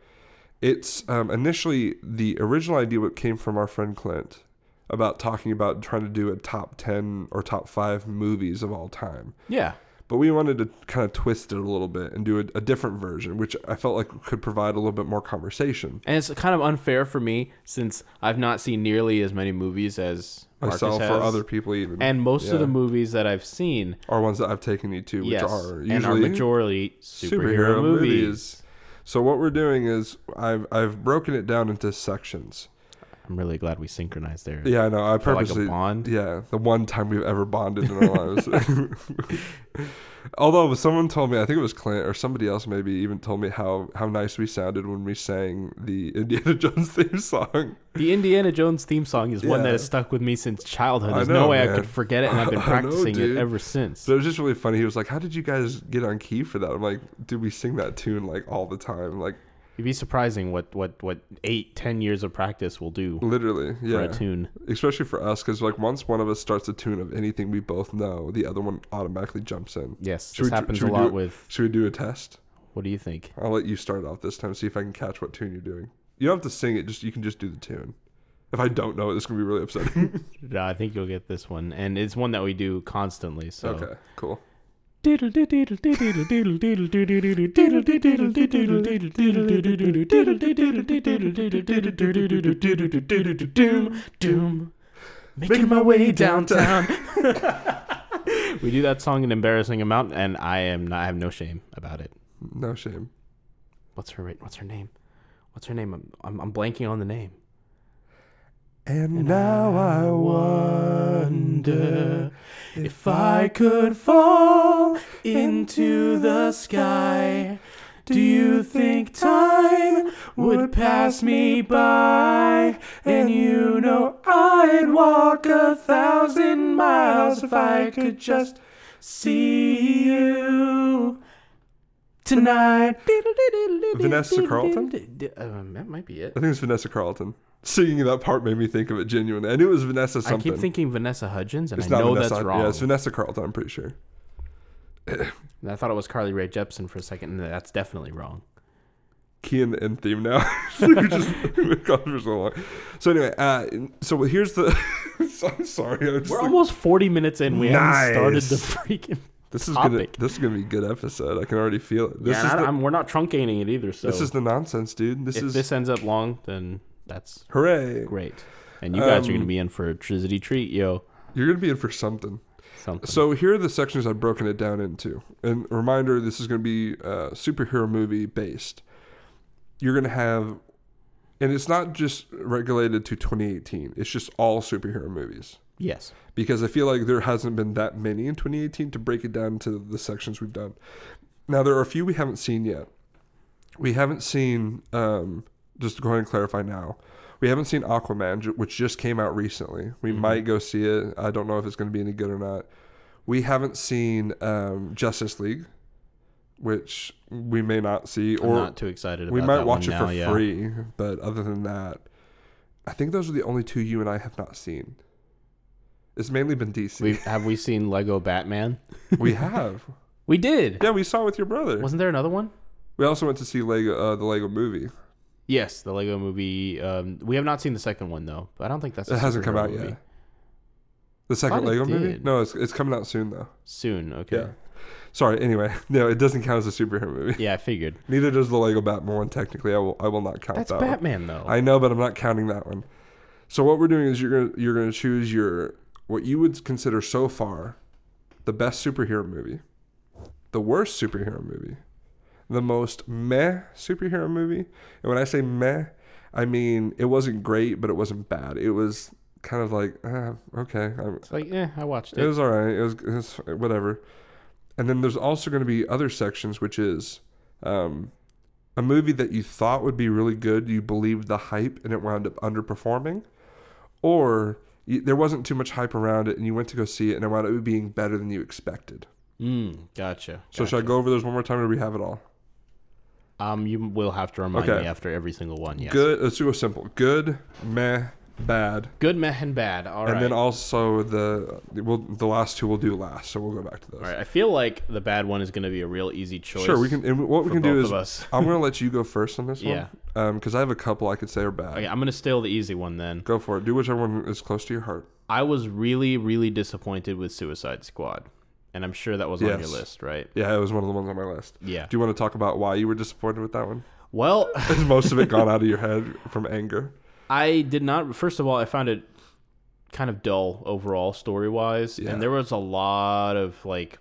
It's um, initially the original idea what came from our friend Clint about talking about trying to do a top ten or top five movies of all time yeah. but we wanted to kind of twist it a little bit and do a, a different version, which I felt like could provide a little bit more conversation. And it's kind of unfair for me since I've not seen nearly as many movies as Marcus myself has. or other people even. And most of the Yeah. movies that I've seen, are ones that I've taken you to, which yes, are and are usually majority superhero, movies. So what we're doing is I've I've broken it down into sections. I'm really glad we synchronized there. Yeah, I know. I Felt like a purposely bond. Yeah, the one time we've ever bonded in our lives. Although someone told me, I think it was Clint or somebody else, maybe even told me how how nice we sounded when we sang the Indiana Jones theme song. The Indiana Jones theme song is one that Yeah. has stuck with me since childhood. I There's know, no way I man. could forget it, and I've been I know, practicing dude. it ever since. So it was just really funny. He was like, "How did you guys get on key for that?" I'm like, "Dude, we sing that tune like all the time, like It'd be surprising what what what eight ten years of practice will do literally, for Mm, yeah." a tune. Especially for us, because like once one of us starts a tune of anything we both know, the other one automatically jumps in. Yes, Should this we- happens should a we do lot it? with. Should we do a test? What do you think? I'll let you start off this time. See if I can catch what tune you're doing. You don't have to sing it. Just you can just do the tune. If I don't know it, this can be really upsetting. No, Uh, I think you'll get this one, and it's one that we do constantly. So. okay, cool. Making my way downtown. we do that song an embarrassing amount, and I am not, I have no shame about it. No shame. What's her ra- What's her name? What's her name? I'm, I'm, I'm blanking on the name. And, now I wonder. If I could fall into the sky, do you think time would pass me by? And you know I'd walk a thousand miles if I could just see you tonight. Vanessa Carlton? Um, that might be it. I think it's Vanessa Carlton. Singing that part made me think of it genuinely. I knew it was Vanessa I something. keep thinking Vanessa Hudgens, and it's I not know Vanessa. that's wrong. Yeah, it's Vanessa Carlton. I'm pretty sure. And I thought it was Carly Rae Jepsen for a second, and that's definitely wrong. Key in the end theme now. We've just been gone for so long. So anyway, uh, so here's the. I'm sorry. I'm just We're like- almost 40 minutes in. We haven't started the Nice. freaking. This is topic. gonna this is gonna be a good episode. I can already feel it. This Yeah, is and I- the, I'm- we're not truncating it either. So this is the nonsense, dude. This if is this ends up long, then that's hooray. great. And you guys are going to Um, be in for a trizzy treat, yo. You're gonna be in for something. Something. So here are the sections I've broken it down into. And reminder, this is gonna be uh, superhero movie based. You're gonna have, and it's not just regulated to 2018. It's just all superhero movies yes. because I feel like there hasn't been that many in 2018 to break it down to the sections we've done. Now there are a few we haven't seen yet. We haven't seen. Um, just to go ahead and clarify now. We haven't seen Aquaman, ju- which just came out recently. We Mm-hmm. might go see it. I don't know if it's going to be any good or not. We haven't seen um, Justice League, which we may not see, I'm or not too excited about we might that watch it one now, for yeah. free. But other than that, I think those are the only two you and I have not seen. It's mainly been DC. We've, have we seen Lego Batman? We have. We did. Yeah, we saw it with your brother. Wasn't there another one? We also went to see Lego, uh, the Lego movie. Yes, the Lego movie. Um, we have not seen the second one, though. I don't think that's a It hasn't come superhero out movie. yet. The second thought it Lego movie? did. No, it's, it's coming out soon though. Soon, okay. Yeah. Sorry. Anyway, no, it doesn't count as a superhero movie. Yeah, I figured. Neither does the Lego Batman one. Technically, I will. I will not count That's that. one. Batman, though. I know, but I'm not counting that one. So what we're doing is you're gonna you're gonna choose your what you would consider so far the best superhero movie, the worst superhero movie, the most meh superhero movie. And when I say meh, I mean it wasn't great, but it wasn't bad. It was kind of like ah, okay, I'm, It's like, eh, I watched it it. was all right. It was, it was whatever. And then there's also going to be other sections, which is um, a movie that you thought would be really good, you believed the hype, and it wound up underperforming, or you, there wasn't too much hype around it, and you went to go see it, and it wound up being better than you expected. Mm, gotcha. So should I go over those one more time, or do we have it all? Um, you will have to remind Okay. me after every single one. Yes. Good. Let's go simple. Good, meh, bad, Good, meh, and bad. All right. and then also the we'll, the last two we'll do last. So we'll go back to those. All right. I feel like the bad one is going to be a real easy choice. Sure, we can. And what we for can do both is, of us. I'm gonna let you go first on this Yeah. one, because I have a couple I could say are bad. Okay, I'm going to steal the easy one then. Go for it. Do whichever one is close to your heart. I was really, really disappointed with Suicide Squad, and I'm sure that was on your Yes. list, right? Yeah, it was one of the ones on my list. Yeah. Do you want to talk about why you were disappointed with that one? Well, Is most of it gone out of your head from anger? I did not. First of all, I found it kind of dull overall story wise, Yeah. and there was a lot of like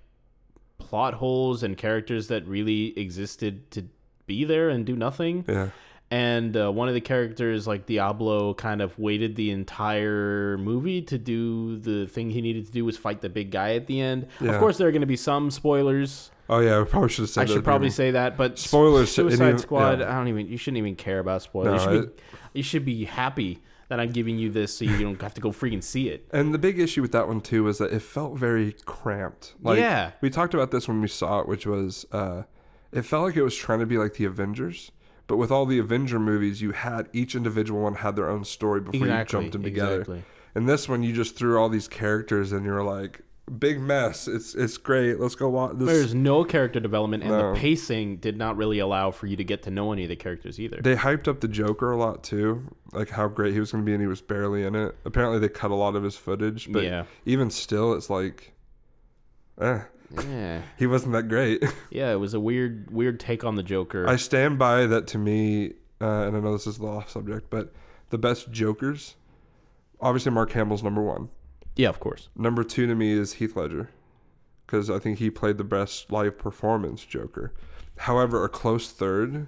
plot holes and characters that really existed to be there and do nothing. Yeah. and uh, one of the characters like diablo kind of waited the entire movie to do the thing he needed to do was fight the big guy at the end Yeah. of course there are going to be some spoilers Oh yeah, I probably should have said. i that at should the probably beginning. say that but Spoilers, it suicide even- squad yeah. i don't even you shouldn't even care about spoilers No, you, should be, you should be happy that i'm giving you this so you don't have to go freaking see it And the big issue with that one too was that it felt very cramped. Like Yeah. we talked about this when we saw it, which was uh, it felt like it was trying to be like the Avengers, but with all the Avenger movies, you had each individual one had their own story before Exactly, you jumped them together. exactly. And this one, you just threw all these characters, and you were like, big mess. It's it's great. Let's go watch this. there's no character development and No. the pacing did not really allow for you to get to know any of the characters either they hyped up the Joker a lot too, like how great he was going to be, and he was barely in it. Apparently, they cut a lot of his footage, but Yeah. even still, it's like, eh, yeah he wasn't that great. yeah it was a weird weird take on the joker I stand by that. To me, uh, and I know this is the off subject, but the best Jokers, obviously Mark Hamill's number one. yeah of course Number two to me is Heath Ledger, because I think he played the best live performance Joker. However, a close third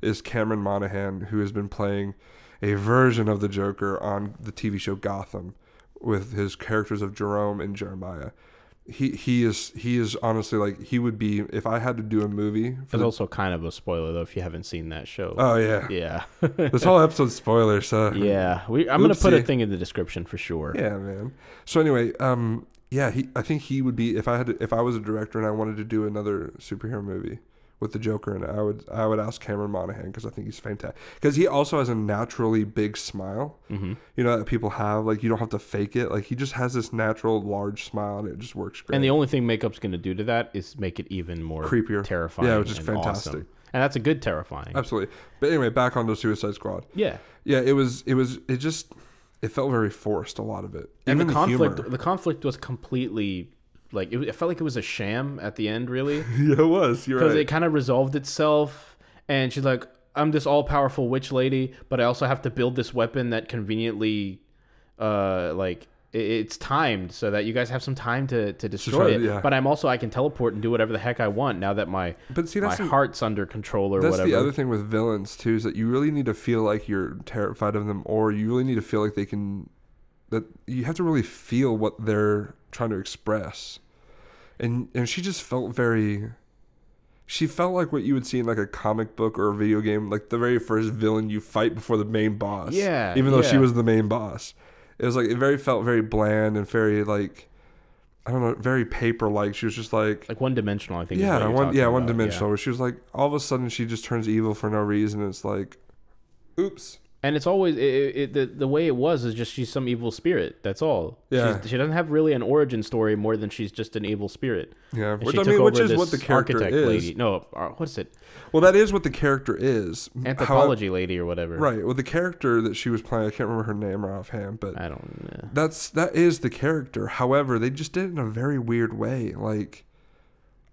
is Cameron Monaghan, who has been playing a version of the Joker on the TV show Gotham with his characters of Jerome and Jeremiah. He he is he is honestly like he would be if I had to do a movie. For That's the, also kind of a spoiler though if you haven't seen that show. oh yeah. yeah. This whole episode's spoilers. So. yeah. We, I'm going to put a Oopsie. thing in the description for sure. Yeah, man. So anyway, um, yeah, he. I think he would be if I had to, if I was a director and I wanted to do another superhero movie with the Joker, and I would I would ask Cameron Monaghan because I think he's fantastic because he also has a naturally big smile. Mm-hmm. You know that people have like you don't have to fake it. Like he just has this natural large smile and it just works great. And the only thing makeup's going to do to that is make it even more Creepier. terrifying. Yeah, which is and fantastic. awesome. And that's a good terrifying. Absolutely. But anyway, back onto Suicide Squad. yeah. Yeah, it was it was it just it felt very forced a lot of it. And Even the conflict humor. the conflict was completely like it, it felt like it was a sham at the end really yeah, it was. You're because right. it kind of resolved itself and she's like I'm this all-powerful witch lady, but I also have to build this weapon that conveniently uh like i- it's timed so that you guys have some time to, to destroy try it. to- yeah. But I'm also I can teleport and do whatever the heck I want now that my But see, that's my the- heart's under control or That's whatever. the other thing with villains too is that you really need to feel like you're terrified of them, or you really need to feel like they can. That you have to really feel what they're trying to express, and and she just felt very. She felt like what you would see in like a comic book or a video game, like the very first villain you fight before the main boss. Yeah, Even though she yeah. was the main boss, it was like it very felt very bland and very like, I don't know, very paper like. She was just like, like one dimensional, I think. is what yeah, you're one talking yeah, about, one dimensional. Where she was like, all of a sudden, she just turns evil for no reason. It's like, oops. And it's always it, it, it- the the way it was is just she's some evil spirit. That's all. Yeah. She's, she doesn't have really an origin story more than she's just an evil spirit. Yeah, And which she I took mean, which over is what the this character architect is. Lady. No, uh, what's it? Well, that is what the character is. How- Anthropology lady or whatever. right. Well, the character that she was playing, I can't remember her name right offhand, but I don't. know. that's that is the character. However, they just did it in a very weird way. Like,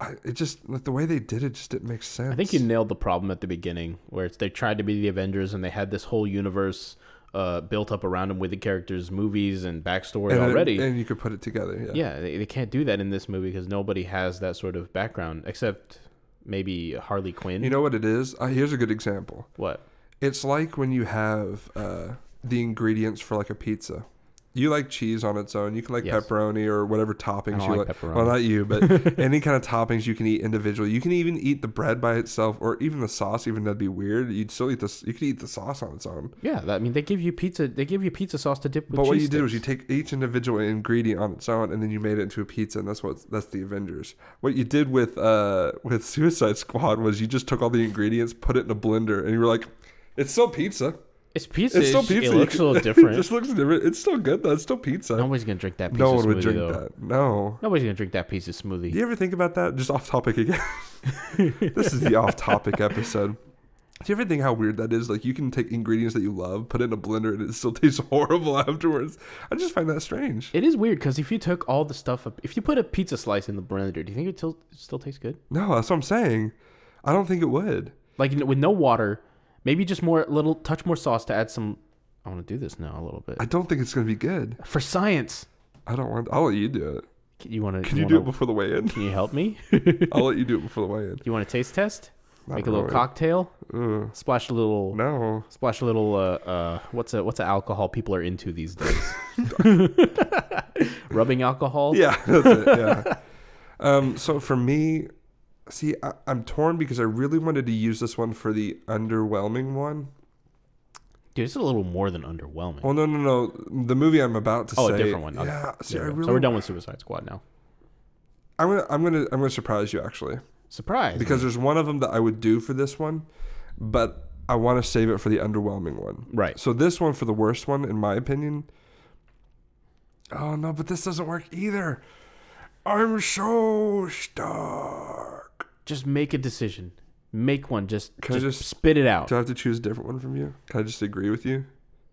I, it just like the way they did it just didn't make sense. I think you nailed the problem at the beginning, where it's they tried to be the Avengers and they had this whole universe uh, built up around them with the characters, movies, and backstory and then- already. and you could put it together. Yeah. yeah, they, they can't do that in this movie because nobody has that sort of background except maybe Harley Quinn. You know what it is? Uh, here's a good example. what? It's like when you have uh, the ingredients for like a pizza. You like cheese on its own. You can like Yes. pepperoni or whatever toppings don't you like like. pepperoni. Well, not you, but any kind of toppings you can eat individually. You can even eat the bread by itself, or even the sauce. Even that'd be weird. You'd still eat this. You could eat the sauce on its own. Yeah, that, I mean they give you pizza. They give you pizza sauce to dip with. But what cheese you did was you sticks. take each individual ingredient on its own, and then you made it into a pizza, and that's what that's the Avengers. What you did with uh with Suicide Squad was you just took all the ingredients, put it in a blender, and you were like, "It's still pizza." it's pizza. It's still just- pizza. It You looks a can- little different. it just looks different. It's still good though. It's still pizza. Nobody's gonna drink that. Piece no of one would smoothie, drink though. that. No. Nobody's gonna drink that piece of smoothie. Do you ever think about that? Just off topic again. this is the off topic episode. Do you ever think how weird that is? Like you can take ingredients that you love, put it in a blender, and it still tastes horrible afterwards. I just find that strange. It is weird because if you took all the stuff, up, if you put a pizza slice in the blender, do you think it still still tastes good? No, that's what I'm saying. I don't think it would. Like n- with no water, maybe just more little touch more sauce to add some. I want to do this now a little bit I don't think it's gonna be good. for science. I don't want. I'll let you do it. Can, you want to? Can you do it before the weigh-in? Can you help me? I'll let you do it before the weigh-in. you want a taste test? Make a little really. cocktail. Ugh. Splash a little. No, Splash a little. Uh, uh, what's a what's a alcohol people are into these days? Rubbing alcohol. yeah, that's it. Yeah. um, so for me, see, I, I'm torn because I really wanted to use this one for the underwhelming one. Dude, it's a little more than underwhelming. Well, no, no, no. The movie I'm about to Oh, say. a different one. Okay. Yeah. See, I There we go. really. So we're done with Suicide Squad now. I'm gonna, I'm gonna, I'm gonna surprise you actually, Surprise. because there's one of them that I would do for this one, but I want to save it for the underwhelming one. Right. So this one for the worst one, in my opinion. Oh no, but this doesn't work either. I'm so stuck. Just make a decision. Make one. Just, Can I just, just- spit it out. Do I have to choose a different one from you? Can I just agree with you?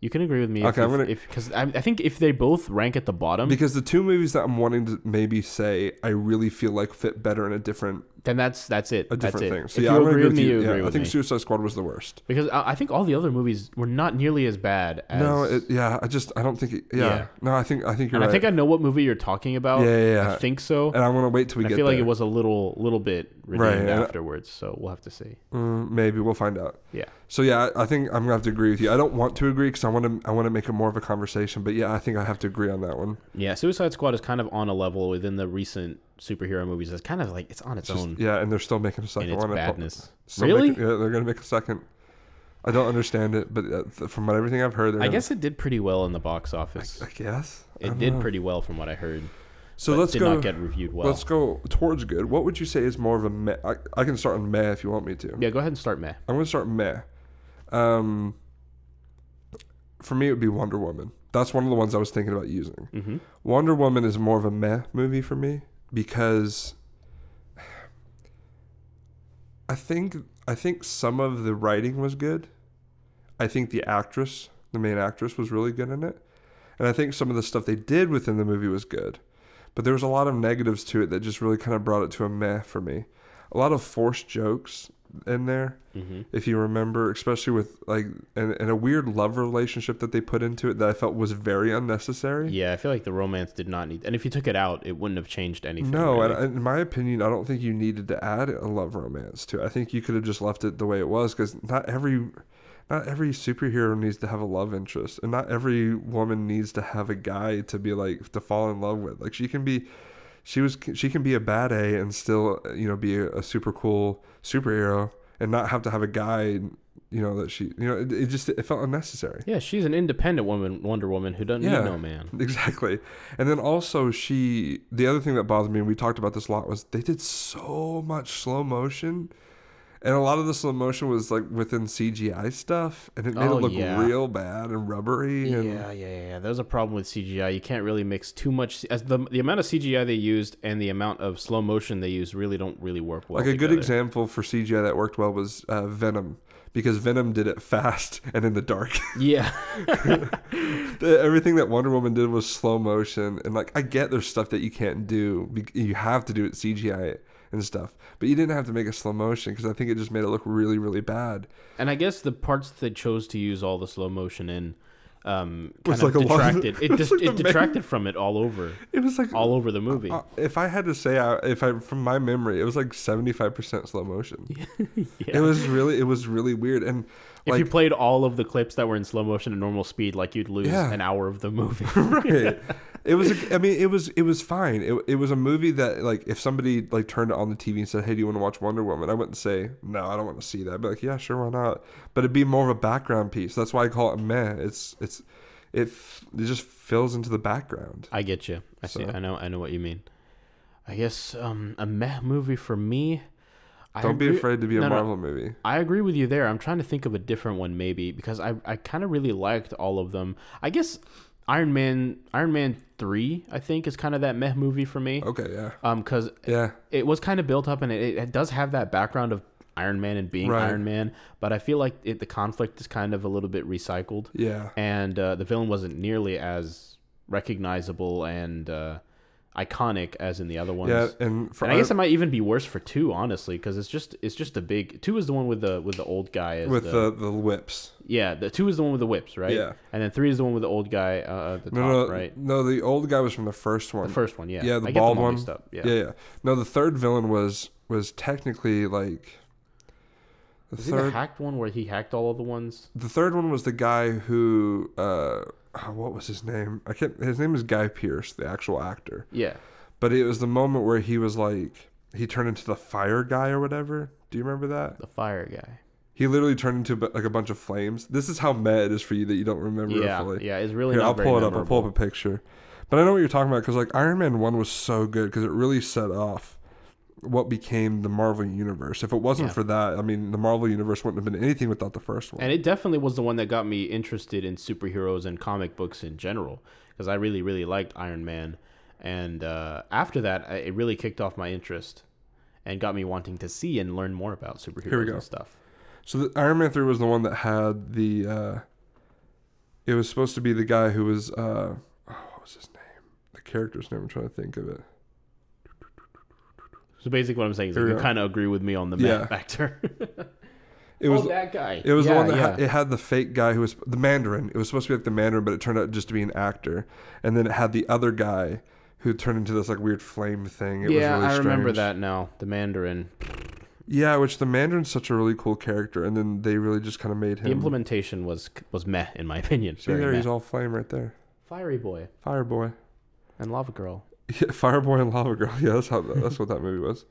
You can agree with me. Okay, if, I'm gonna- because I, I think if they both rank at the bottom, Because the two movies that I'm wanting to maybe say I really feel like fit better in a different then that's that's it. a that's different it. thing. So if yeah, you I'm gonna agree with me, you Yeah, agree I with think me. Suicide Squad was the worst. because I, I think all the other movies were not nearly as bad. as... No, it, yeah, I just I don't think it, yeah. Yeah. No, I think I think you're and right. I think I know what movie you're talking about. Yeah, yeah, yeah. I think so. and I want to wait till we And I get feel like there. it was a little little bit Right, redeemed and I- afterwards. So we'll have to see. Mm, maybe we'll find out. Yeah. So yeah, I I think I'm gonna have to agree with you. I don't want to agree because I want to I want to make it more of a conversation. But yeah, I think I have to agree on that one. Yeah, Suicide Squad is kind of on a level within the recent superhero movies. It's kind of like it's on its, Just- own yeah, and they're still making a second in its one. I pro- badness. still Really? making- yeah, they're gonna make a second. I don't understand it, but uh, th- from what everything I've heard, they're I gonna- guess it did pretty well in the box office. I guess I It don't did know. pretty well from what I heard. So but let's did go. not get reviewed well. Let's go towards good. What would you say is more of a meh? I, I can start on meh if you want me to. Yeah, go ahead and start meh. I'm gonna start meh. Um, for me, it would be Wonder Woman. That's one of the ones I was thinking about using. Mm-hmm. Wonder Woman is more of a meh movie for me because I think I think some of the writing was good. I think the actress, the main actress, was really good in it, and I think some of the stuff they did within the movie was good. But there was a lot of negatives to it that just really kind of brought it to a meh for me. A lot of forced jokes in there Mm-hmm. if you remember, especially with like and, and a weird love relationship that they put into it that I felt was very unnecessary. Yeah, I feel like the romance did not need, and if you took it out, it wouldn't have changed anything. No, really. and and in my opinion, I don't think you needed to add a love romance to it. I think you could have just left it the way it was because not every not every superhero needs to have a love interest, and not every woman needs to have a guy to be like to fall in love with. Like she can be. She was. She can be a bad A and still, you know, be a, a super cool superhero and not have to have a guy, you know, that she, you know, it, it just it felt unnecessary. yeah, she's an independent woman, Wonder Woman, who doesn't Yeah. need no man. Exactly. And then also she the other thing that bothered me and we talked about this a lot was they did so much slow motion. And a lot of the slow motion was like within CGI stuff and it made Oh, it look yeah. real bad and rubbery and Yeah, yeah, yeah. yeah. There's a problem with CGI. You can't really mix too much. As the the amount of CGI they used and the amount of slow motion they used really don't really work well. like a good together. example for CGI that worked well was uh, Venom because Venom did it fast and in the dark. Yeah, The- Everything that Wonder Woman did was slow motion, and like I get there's stuff that you can't do. be- You have to do it CGI and stuff, but you didn't have to make it slow motion because I think it just made it look really, really bad. and I guess the parts that they chose to use all the slow motion in. Um, kind Was of like a lot of the- detracted. it was just like the it main- detracted from it all over, It was like all over the movie. uh, if I had to say, I, if I from my memory, it was like 75 percent slow motion. It was really, it was really weird, and if like you played all of the clips that were in slow motion at normal speed, like you'd lose Yeah. an hour of the movie. right. It was. A, I mean, it was. It was fine. It, it was a movie that, like, if somebody like turned it on the TV and said, "Hey, do you want to watch Wonder Woman?" I wouldn't say, "No, I don't want to see that." I'd be like, "Yeah, sure, why not?" But it'd be more of a background piece. That's why I call it meh. It's it's it f- it just fills into the background. I get you. I see. So- I know. I know what you mean. I guess um, a meh movie for me. I Don't be agree- afraid to be a No, no, Marvel movie. I agree with you there. I'm trying to think of a different one maybe because I, I kind of really liked all of them. I guess Iron Man Iron Man 3 I think is kind of that meh movie for me. Okay, yeah, Um cuz yeah. it was kind of built up and it, it does have that background of Iron Man and being Right. Iron Man, but I feel like it, the conflict is kind of a little bit recycled Yeah, and uh, the villain wasn't nearly as recognizable and uh, iconic as in the other ones. yeah, and for And I guess it Iron- might even be worse for two, honestly, because it's just it's just a big two is the one with the with the old guy as with the, the, the whips. yeah the two is the one with the whips right Yeah. and then three is the one with the old guy uh, at the No, top no, right no. The old guy was from the first one. the first one yeah yeah, the I get them bald all one. mixed up. yeah yeah, yeah. No, the third villain was was technically like Is it the third- hacked one where he hacked all of the ones? The third one was the guy who, uh, oh, what was his name? I can't. His name is Guy Pierce, the actual actor. Yeah. But it was the moment where he was like, he turned into the fire guy or whatever. Do you remember that? The fire guy. He literally turned into bu- like a bunch of flames. This is how mad it is for you that you don't remember it Yeah. fully. Yeah. It's really Here, not I'll very pull it up. I'll pull up memorable. a picture. But I know what you're talking about because like Iron Man One was so good because it really set off what became the Marvel Universe. If it wasn't Yeah. for that, I mean, the Marvel Universe wouldn't have been anything without the first one. And it definitely was the one that got me interested in superheroes and comic books in general because I really, really liked Iron Man. And uh, after that, I, it really kicked off my interest and got me wanting to see and learn more about superheroes go. and stuff. so the Iron Man Three was the one that had the. uh It was supposed to be the guy who was. uh oh, What was his name? The character's name. I'm trying to think of it. So basically, what I'm saying is Here like, we you go. kind of agree with me on the Yeah. map actor. It was. oh, that guy. It was the Yeah, one that yeah. had, it had the fake guy who was the Mandarin. It was supposed to be like the Mandarin, but it turned out just to be an actor. And then it had the other guy who turned into this like weird flame thing. It yeah, was really I remember strange. that now. The Mandarin. Yeah, which the Mandarin's such a really cool character, and then they really just kind of made him. The implementation was was meh in my opinion. See Very there, meh. he's all flame right there. Fiery Boy Fire boy, and Lava Girl. yeah, Fire boy and Lava Girl. Yeah, that's how that's what that movie was.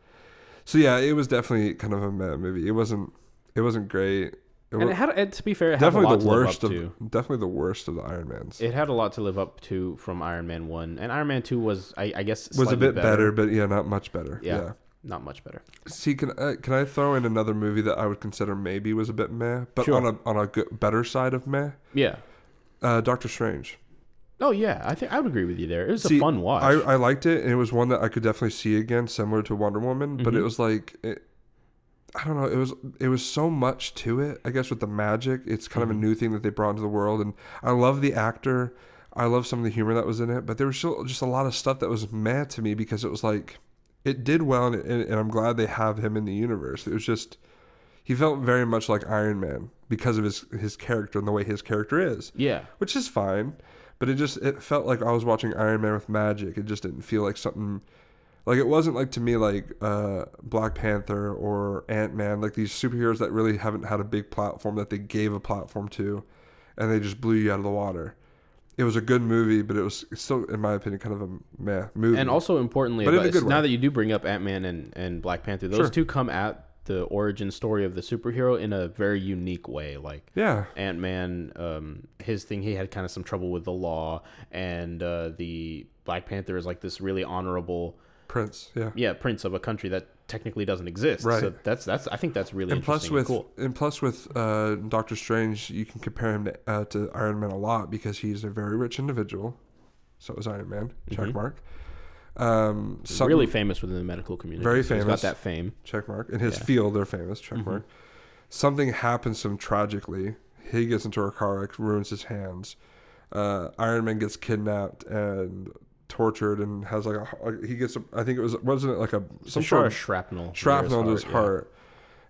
So yeah, it was definitely kind of a meh movie. It wasn't. It wasn't great. It And wa- it had, and to be fair, it had a definitely lot the to live worst up of to. definitely the worst of the Iron Mans. It had a lot to live up to from Iron Man One, and Iron Man Two was, I, I guess, was a slightly bit better. but yeah, not much better. Yeah. yeah. not much better. See, can I, can I throw in another movie that I would consider maybe was a bit meh, but Sure. on a on a good, better side of meh? Yeah. Uh, Doctor Strange. Oh yeah, I think I would agree with you there. It was See, a fun watch. I, I liked it, and it was one that I could definitely see again, similar to Wonder Woman. Mm-hmm. But it was like, it, I don't know, it was it was so much to it. I guess with the magic, it's kind Mm-hmm. of a new thing that they brought into the world, and I love the actor. I love some of the humor that was in it, but there was still just a lot of stuff that was meh to me because it was like, it did well, and, and, and I'm glad they have him in the universe. It was just, he felt very much like Iron Man because of his his character and the way his character is yeah, which is fine. But it just it felt like I was watching Iron Man with magic. It just didn't feel like something like it wasn't like to me like uh, Black Panther or Ant Man, like these superheroes that really haven't had a big platform that they gave a platform to, and they just blew you out of the water. It was a good movie, but it was still, in my opinion, kind of a meh movie. and also importantly, But in a about- good now way. that you do bring up Ant Man and, and Black Panther, those Sure. two come at the origin story of the superhero in a very unique way. Like yeah, Ant Man, um, his thing, he had kind of some trouble with the law, and uh, the Black Panther is like this really honorable, Prince, yeah. yeah, prince of a country that technically doesn't exist. Right. So that's that's I think that's really and plus interesting with and cool. and plus with uh, Doctor Strange, you can compare him to, uh, to Iron Man a lot because he's a very rich individual. So is Iron Man. Check mark. Um, something- really famous within the medical community. Very so he's famous. got that fame. check mark in his field. They're famous. Check mark. Something happens to him tragically. He gets into a car accident, ruins his hands. Uh, Iron Man gets kidnapped and tortured, and has like a he gets. A, I think it was wasn't it like a some I'm sure sort a of shrapnel, near shrapnel to his yeah. heart.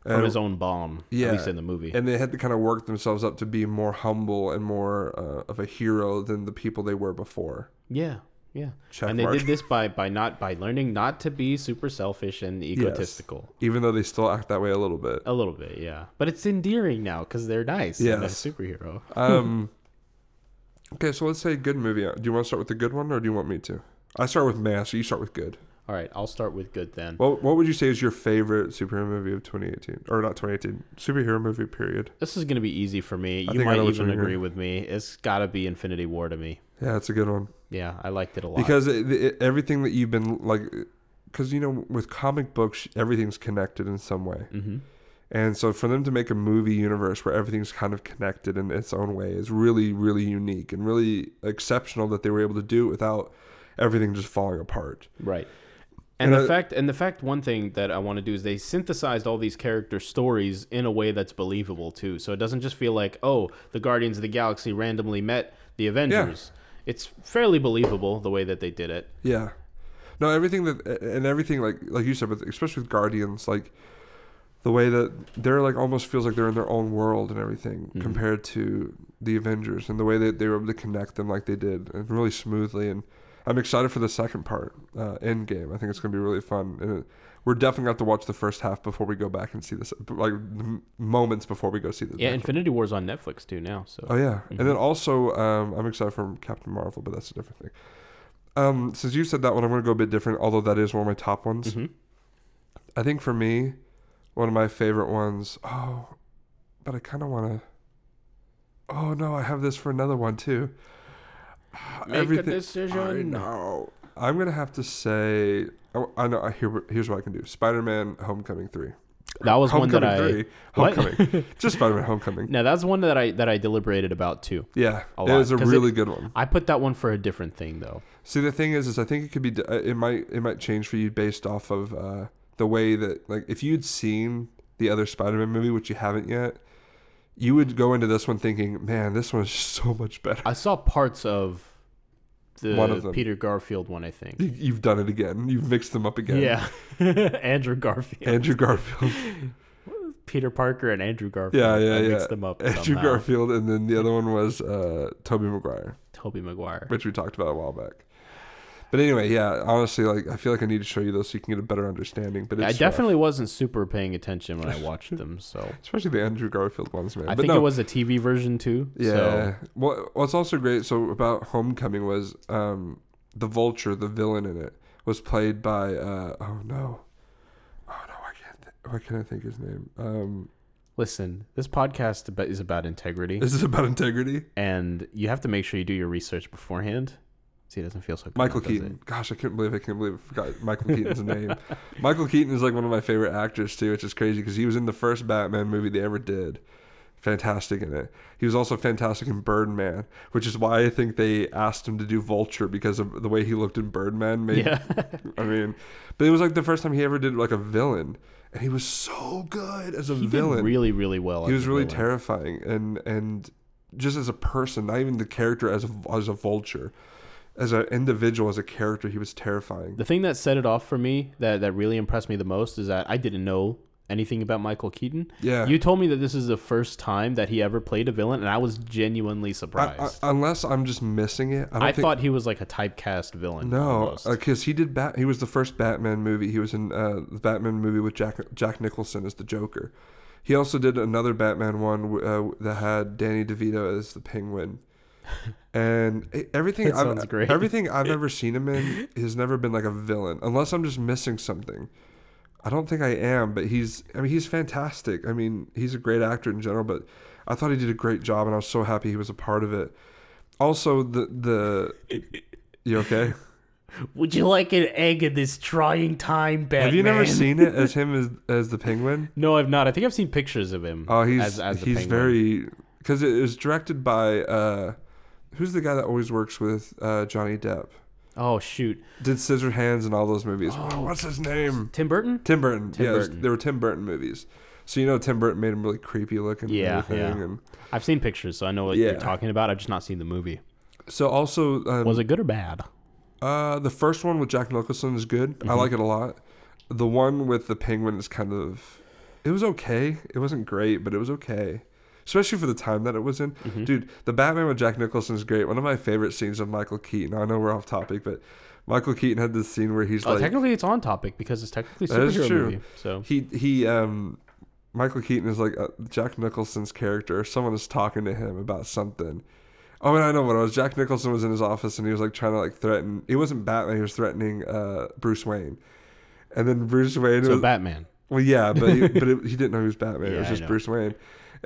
from his own bomb. Yeah. at least in the movie. and they had to kind of work themselves up to be more humble and more uh, of a hero than the people they were before. yeah, yeah. Check and they mark. did this by by not by learning not to be super selfish and egotistical. Even though they still act that way a little bit. A little bit, yeah. But it's endearing now because they're nice. Yeah, Yes. superhero. Um, okay, so let's say a good movie. Do you want to start with the good one, or do you want me to? I start with mass. So you start with good. All right, I'll start with good then. What What would you say is your favorite superhero movie of 2018, or not 2018? Superhero movie period. This is gonna be easy for me. You think I might know which even one you're- agree with me. It's gotta be Infinity War to me. Yeah, it's a good one Yeah, I liked it a lot. because it, it, everything that you've been like, because you know with comic books everything's connected in some way. hmm And so for them to make a movie universe where everything's kind of connected in its own way is really, really unique and really exceptional that they were able to do it without everything just falling apart. Right. And, And the I- fact and the fact one thing that I want to do is they synthesized all these character stories in a way that's believable too. So it doesn't just feel like, oh, the Guardians of the Galaxy randomly met the Avengers. It's fairly believable the way that they did it. Yeah. No, everything that and everything like like you said, with especially with Guardians, like the way that they're like almost feels like they're in their own world and everything compared to the Avengers and the way that they were able to connect them like they did and really smoothly and I'm excited for the second part, uh, Endgame. I think it's going to be really fun, and it, we're definitely going to have to watch the first half before we go back and see this, like m- moments before we go see the. Yeah, actual- Infinity War's on Netflix too now. So Oh yeah, and Mm-hmm. then also um, I'm excited for Captain Marvel, but that's a different thing. Um, since you said that one, I'm going to go a bit different. Although that is one of my top ones. Mhm. I think for me, one of my favorite ones. Oh, but I kind of want to. Oh no, I have this for another one too. Make a decision. I know. I'm gonna have to say. I, I know. I here, here's what I can do. Spider-Man: Homecoming three. that was one that I Homecoming three. What? Homecoming. Just Spider-Man: Homecoming. no, that's one that I that I deliberated about too. Yeah, A it lot, was a 'cause it- really good one. I put that one for a different thing though. See, the thing is, is I think it could be. uh, It might. It might change for you based off of uh, the way that, like, if you'd seen the other Spider-Man movie, which you haven't yet, you would go into this one thinking, "Man, this one's so much better." I saw parts of the One of them. Peter Garfield one, I think. You- You've done it again. You've mixed them up again. Yeah, Andrew Garfield, Andrew Garfield. Peter Parker, and Andrew Garfield. Yeah, yeah, I yeah. mixed them up. Andrew somehow. Garfield, and then the other one was uh, Toby Maguire, Toby Maguire. which we talked about a while back. But anyway, yeah, honestly, like I feel like I need to show you those so you can get a better understanding. But it's uh, I rough. definitely wasn't super paying attention when I watched them, so especially the Andrew Garfield ones, man. I but think no, it was a TV version too. Yeah. so Well, what's also great, so about Homecoming was um, the Vulture, the villain in it, was played by uh, oh no, oh no, I can't. Th- why can't I think his name? Um, listen, this podcast ab- is about integrity, is this about integrity? and you have to make sure you do your research beforehand. See, it doesn't feel so. Good Michael now, does Keaton. Gosh, I couldn't believe I can't believe I forgot Michael Keaton's name. Michael Keaton is like one of my favorite actors too, which is crazy because he was in the first Batman movie they ever did. Fantastic in it. He was also fantastic in Birdman, which is why I think they asked him to do Vulture because of the way he looked in Birdman it? made Yeah. I mean, but it was like the first time he ever did like a villain, and he was so good as a he villain. did really, really well. he as was the really villain. terrifying, and and just as a person, not even the character as a as a vulture, as an individual, as a character, he was terrifying. The thing that set it off for me, that that really impressed me the most, is that I didn't know anything about Michael Keaton. Yeah. You told me that this is the first time that he ever played a villain, and I was genuinely I- surprised. I, I- unless I'm just missing it, I, don't think, thought he was like a typecast villain. no, almost. because he did bat. He was the first Batman movie. He was in uh, the Batman movie with Jack Jack Nicholson as the Joker. He also did another Batman one uh, that had Danny DeVito as the Penguin. And e, everything That I've, sounds great. everything I've ever seen him in has never been like a villain, unless I'm just missing something. I don't think I am, but he's I mean he's fantastic. I mean he's a great actor in general, but I thought he did a great job, and I was so happy he was a part of it. Also, the the you okay? Would you like an egg in this trying time, Batman? Have you never seen it as him as as the penguin? No, I've not. I think I've seen pictures of him. Oh, he's as, as the he's penguin. very because it was directed by uh, who's the guy that always works with uh, Johnny Depp? Oh shoot, Did Scissorhands and all those movies? Oh, what's his name? Tim Burton. Tim Burton. Tim yeah, it was- Burton. they were Tim Burton movies. So you know Tim Burton made him really creepy looking. Yeah, and everything. yeah. And I've seen pictures, so I know what Yeah. you're talking about. I've just not seen the movie. so also um, Was it good or bad? Uh, the first one with Jack Nicholson is good. I like it a lot. The one with the penguin is kind of, it was okay. It wasn't great, but it was okay. Especially for the time that it was in, dude. The Batman with Jack Nicholson is great. One of my favorite scenes of Michael Keaton. I know we're off topic, but Michael Keaton had this scene where he's Uh, like, technically, it's on topic because it's technically a That is superhero true. movie. So he he um Michael Keaton is like uh, Jack Nicholson's character. Someone is talking to him about something. Oh, and I know what it was. Jack Nicholson was in his office and he was like trying to like threaten. He wasn't Batman. He was threatening uh, Bruce Wayne. And then Bruce Wayne. so was, Batman. well, yeah, but he, but it, he didn't know he was Batman. it Yeah, was I just know. Bruce Wayne.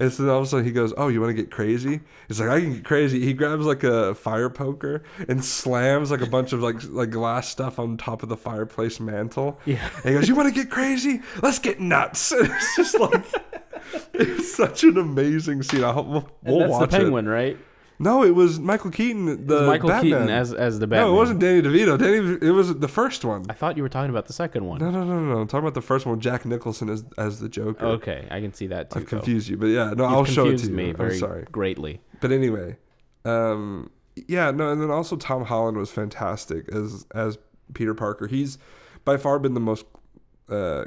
And so then all of a sudden he goes, "Oh, you want to get crazy?" He's like, "I can get crazy." He grabs like a fire poker and slams like a bunch of like like glass stuff on top of the fireplace mantle. Yeah. And he goes, "You want to get crazy? Let's get nuts!" And it's just like it's such an amazing scene. I hope we'll, And we'll that's watch the penguin, it. right? No, it was Michael Keaton, the Michael Batman. Keaton as as the Batman. no, it wasn't Danny DeVito. Danny, it was the first one. I thought you were talking about the second one. No, no, no, no, no. I'm talking about the first one. Jack Nicholson as as the Joker. Okay, I can see that too. I've though. confused you, but yeah, no, You've I'll show it confused to you. me very I'm sorry, greatly. but anyway, um, yeah, no, and then also Tom Holland was fantastic as as Peter Parker. He's by far been the most uh,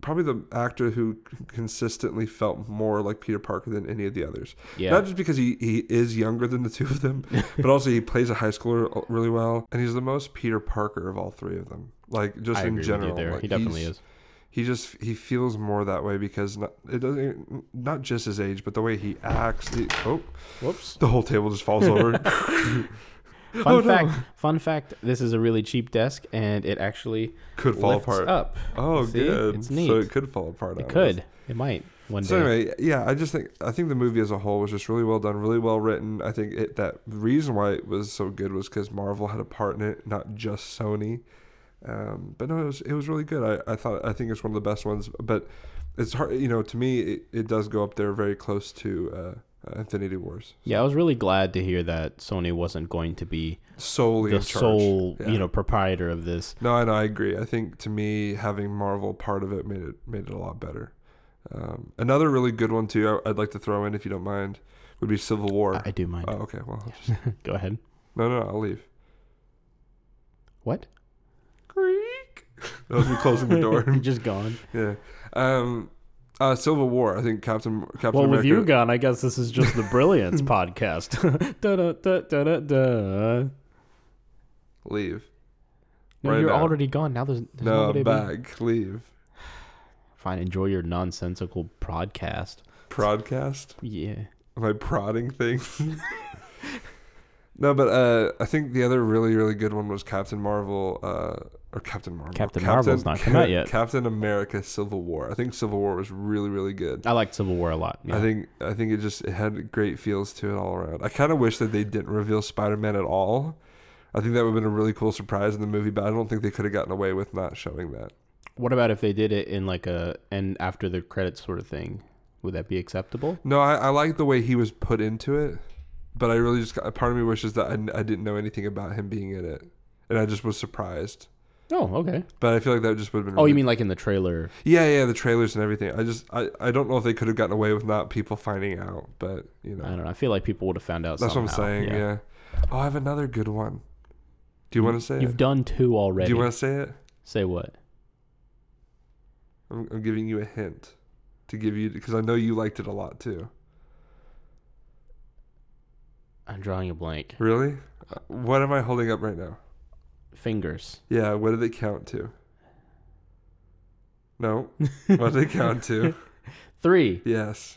probably the actor who consistently felt more like Peter Parker than any of the others. Yeah. Not just because he, he is younger than the two of them, but also he plays a high schooler really well, and he's the most Peter Parker of all three of them. Like just I in agree general, with you there. like, he definitely he's- is. He just he feels more that way because not, it doesn't not just his age, but the way he acts. He, oh, Whoops. the whole table just falls over. Fun Oh, no. fact. Fun fact. This is a really cheap desk, and it actually could fall lifts apart. up. Oh, See? good. It's neat. So it could fall apart. It on us. could. It might one So day. anyway, yeah, I just think I think the movie as a whole was just really well done, really well written. I think it that the reason why it was so good was because Marvel had a part in it, not just Sony. Um, but no, it was it was really good. I, I thought I think it's one of the best ones. But it's hard, you know, to me it, it does go up there very close to uh, Infinity Wars. Yeah, I was really glad to hear that Sony wasn't going to be Solely in the charge. sole, Yeah. you know, proprietor of this. No, and I agree. I think to me, having Marvel part of it made it made it a lot better. Um, another really good one too. I, I'd like to throw in, if you don't mind, would be Civil War. I, I do mind. oh, okay. Well, just- Go ahead. no, no, I'll leave. What? Creak. That was me closing the You're door. just gone. yeah. Um, uh, Civil War. I think Captain Captain Well, with America. you gone, I guess this is just the Brilliance podcast. da, da, da, da, da, da. leave. No, Right you're now. already gone. Now there's, there's No, nobody I'm to be- back. Leave. Fine, enjoy your nonsensical broadcast. Broadcast. Yeah. Am I prodding things? no, but uh, I think the other really, really good one was Captain Marvel, uh, or Captain Marvel. Captain Marvel's not come out yet. Captain America: Civil War. I think Civil War was really, really good. I liked Civil War a lot. Ah, yeah. I think I think it just it had great feels to it all around. I kind of wish that they didn't reveal Spider-Man at all. I think that would have been a really cool surprise in the movie, but I don't think they could have gotten away with not showing that. What about if they did it in like a and after the credits sort of thing? Would that be acceptable? No, I, I like the way he was put into it, but I really just got- part of me wishes that I, kn- I didn't know anything about him being in it, and I just was surprised. Oh, okay. But I feel like that just would have been. Oh, you really- mean like in the trailer? Yeah, yeah, the trailers and everything. I just I, I don't know if they could have gotten away with not people finding out, but you know I don't know. I feel like people would have found out. that's what I'm somehow. saying. Yeah. Oh, I have another good one. Do you want to say You've it? done two already. Do you want to say it? Say what? I'm, I'm giving you a hint to give you because I know you liked it a lot too. I'm drawing a blank. Really? Uh, What am I holding up right now? Fingers. Yeah, what did it count to? No. what did it count to? Three. Yes.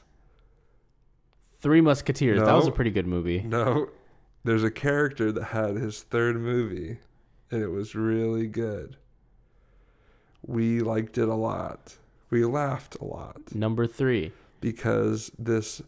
Three Musketeers. That was a No. pretty good movie. No. There's a character that had his third movie and it was really good. We liked it a lot. We laughed a lot Number three. because this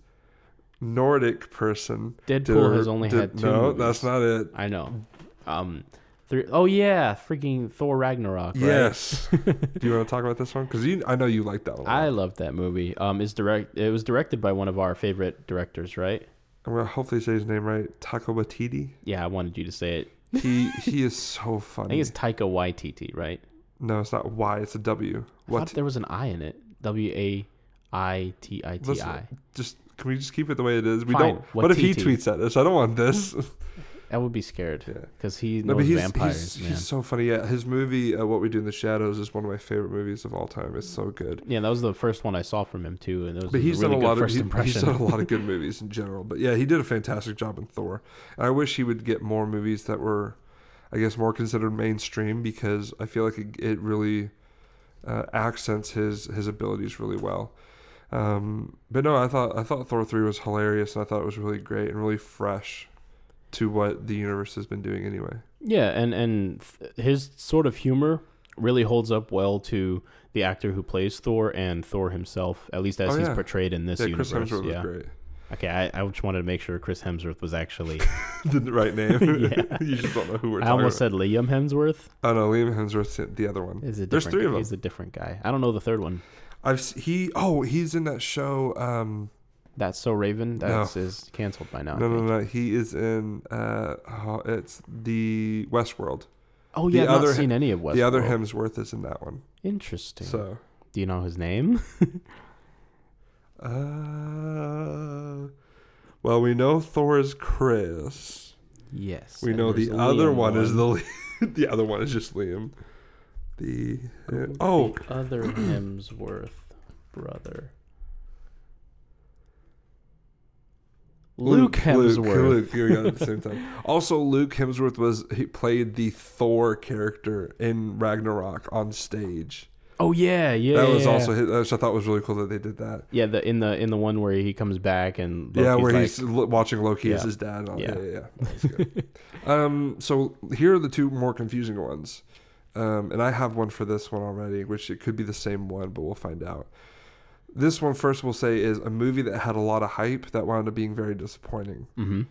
Nordic person Deadpool did a- has only did- had two No, movies. that's not it. I know. Um, three oh yeah, freaking Thor Ragnarok. Right? Yes. Do you want to talk about this one? Because you, I know you like that one. I loved that movie. Um, is direct. It was directed by one of our favorite directors, right? I'm gonna hopefully say his name right. Taika Waititi. Yeah, I wanted you to say it. He he is so I funny. think it's Taika Waititi, right? no, it's not Y. It's a W. I thought What? there was an I in it. W a i t i t Listen, i. just can we just keep it the way it is? We Fine, don't. What if he Waititi. tweets at us? I don't want this. I would be scared Yeah. because he no, knows but he's vampires, he's, man. he's so funny. Yeah, his movie uh, What We Do in the Shadows is one of my favorite movies of all time. It's so good. yeah, that was the first one I saw from him too, and it was But he's a really done a good lot of first he- he's impression. done a lot of good movies in general. But yeah, he did a fantastic job in Thor. And I wish he would get more movies that were, I guess, more considered mainstream because I feel like it, it really uh, accents his his abilities really well. Um, but no, I thought I thought Thor three was hilarious and I thought it was really great and really fresh to what the universe has been doing anyway. Yeah, and and th- his sort of humor really holds up well to the actor who plays Thor and Thor himself, at least as Oh, he's yeah. portrayed in this yeah, universe. Chris Hemsworth yeah. was Okay, I, I just wanted to make sure Chris Hemsworth was actually. great. the right name. Yeah. you just don't know who we're I talking almost said about. Liam Hemsworth. oh no, Liam Hemsworth, the other one. Is a different, There's three of them. He's a different guy. I don't know the third one. I've s- he oh he's in that show um That's so Raven. That's is canceled by now. I no no think. no he is in uh oh, it's the Westworld Oh The yeah, I've other- not seen any of Westworld. the other Hemsworth is in that one Interesting. so Do you know his name? uh well we know Thor is Chris yes. we and know there's the other Liam one, is the Li- the other one is just Liam The uh, oh, The other Hemsworth brother. Luke Hemsworth. Luke, here we go at the same time. Also, Luke Hemsworth was he played the Thor character in Ragnarok on stage. Oh yeah, yeah. That was yeah. also his, which I thought was really cool that they did that. yeah. The in the in the one where he comes back and yeah, Loki's where like- he's l- watching Loki as Yeah. his dad. On, yeah, Yeah. yeah, yeah. That's good. um, so here are the two more confusing ones, um, and I have one for this one already, which it could be the same one, but we'll find out. This one first we'll say is a movie that had a lot of hype that wound up being very disappointing, Mhm.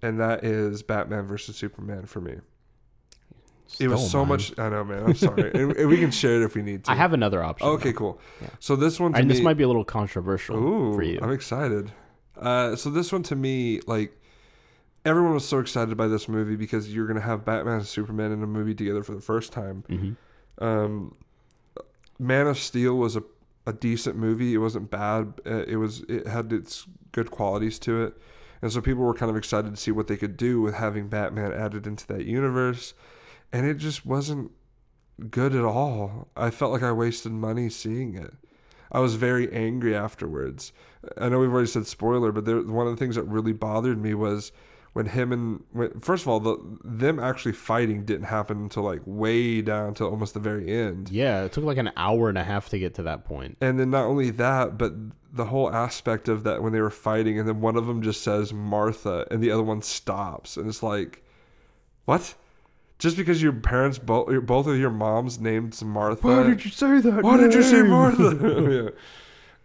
and that is Batman versus Superman for me. It Stole was so mine. much. I know, man. I'm sorry. and, and we can share it if we need to. I have another option. Okay, though. cool. Yeah. So this one, to and me, this might be a little controversial Ooh, for you. I'm excited. Uh, so this one to me, like everyone was so excited by this movie because you're gonna have Batman and Superman in a movie together for the first time. Mhm. Um, Man of Steel was a a decent movie. It wasn't bad. Uh, It was it had its good qualities to it, and so people were kind of excited to see what they could do with having Batman added into that universe, and it just wasn't good at all. I felt like I wasted money seeing it. I was very angry afterwards. I know we've already said spoiler, but there, one of the things that really bothered me was when him and when, first of all, the, them actually fighting didn't happen until like way down to almost the very end. Yeah, it took like an hour and a half to get to that point. And then not only that, but the whole aspect of that when they were fighting, and then one of them just says Martha, and the other one stops, and it's like, what? Just because your parents, both both of your moms, named Martha. you say that? Why did you say Martha? yeah.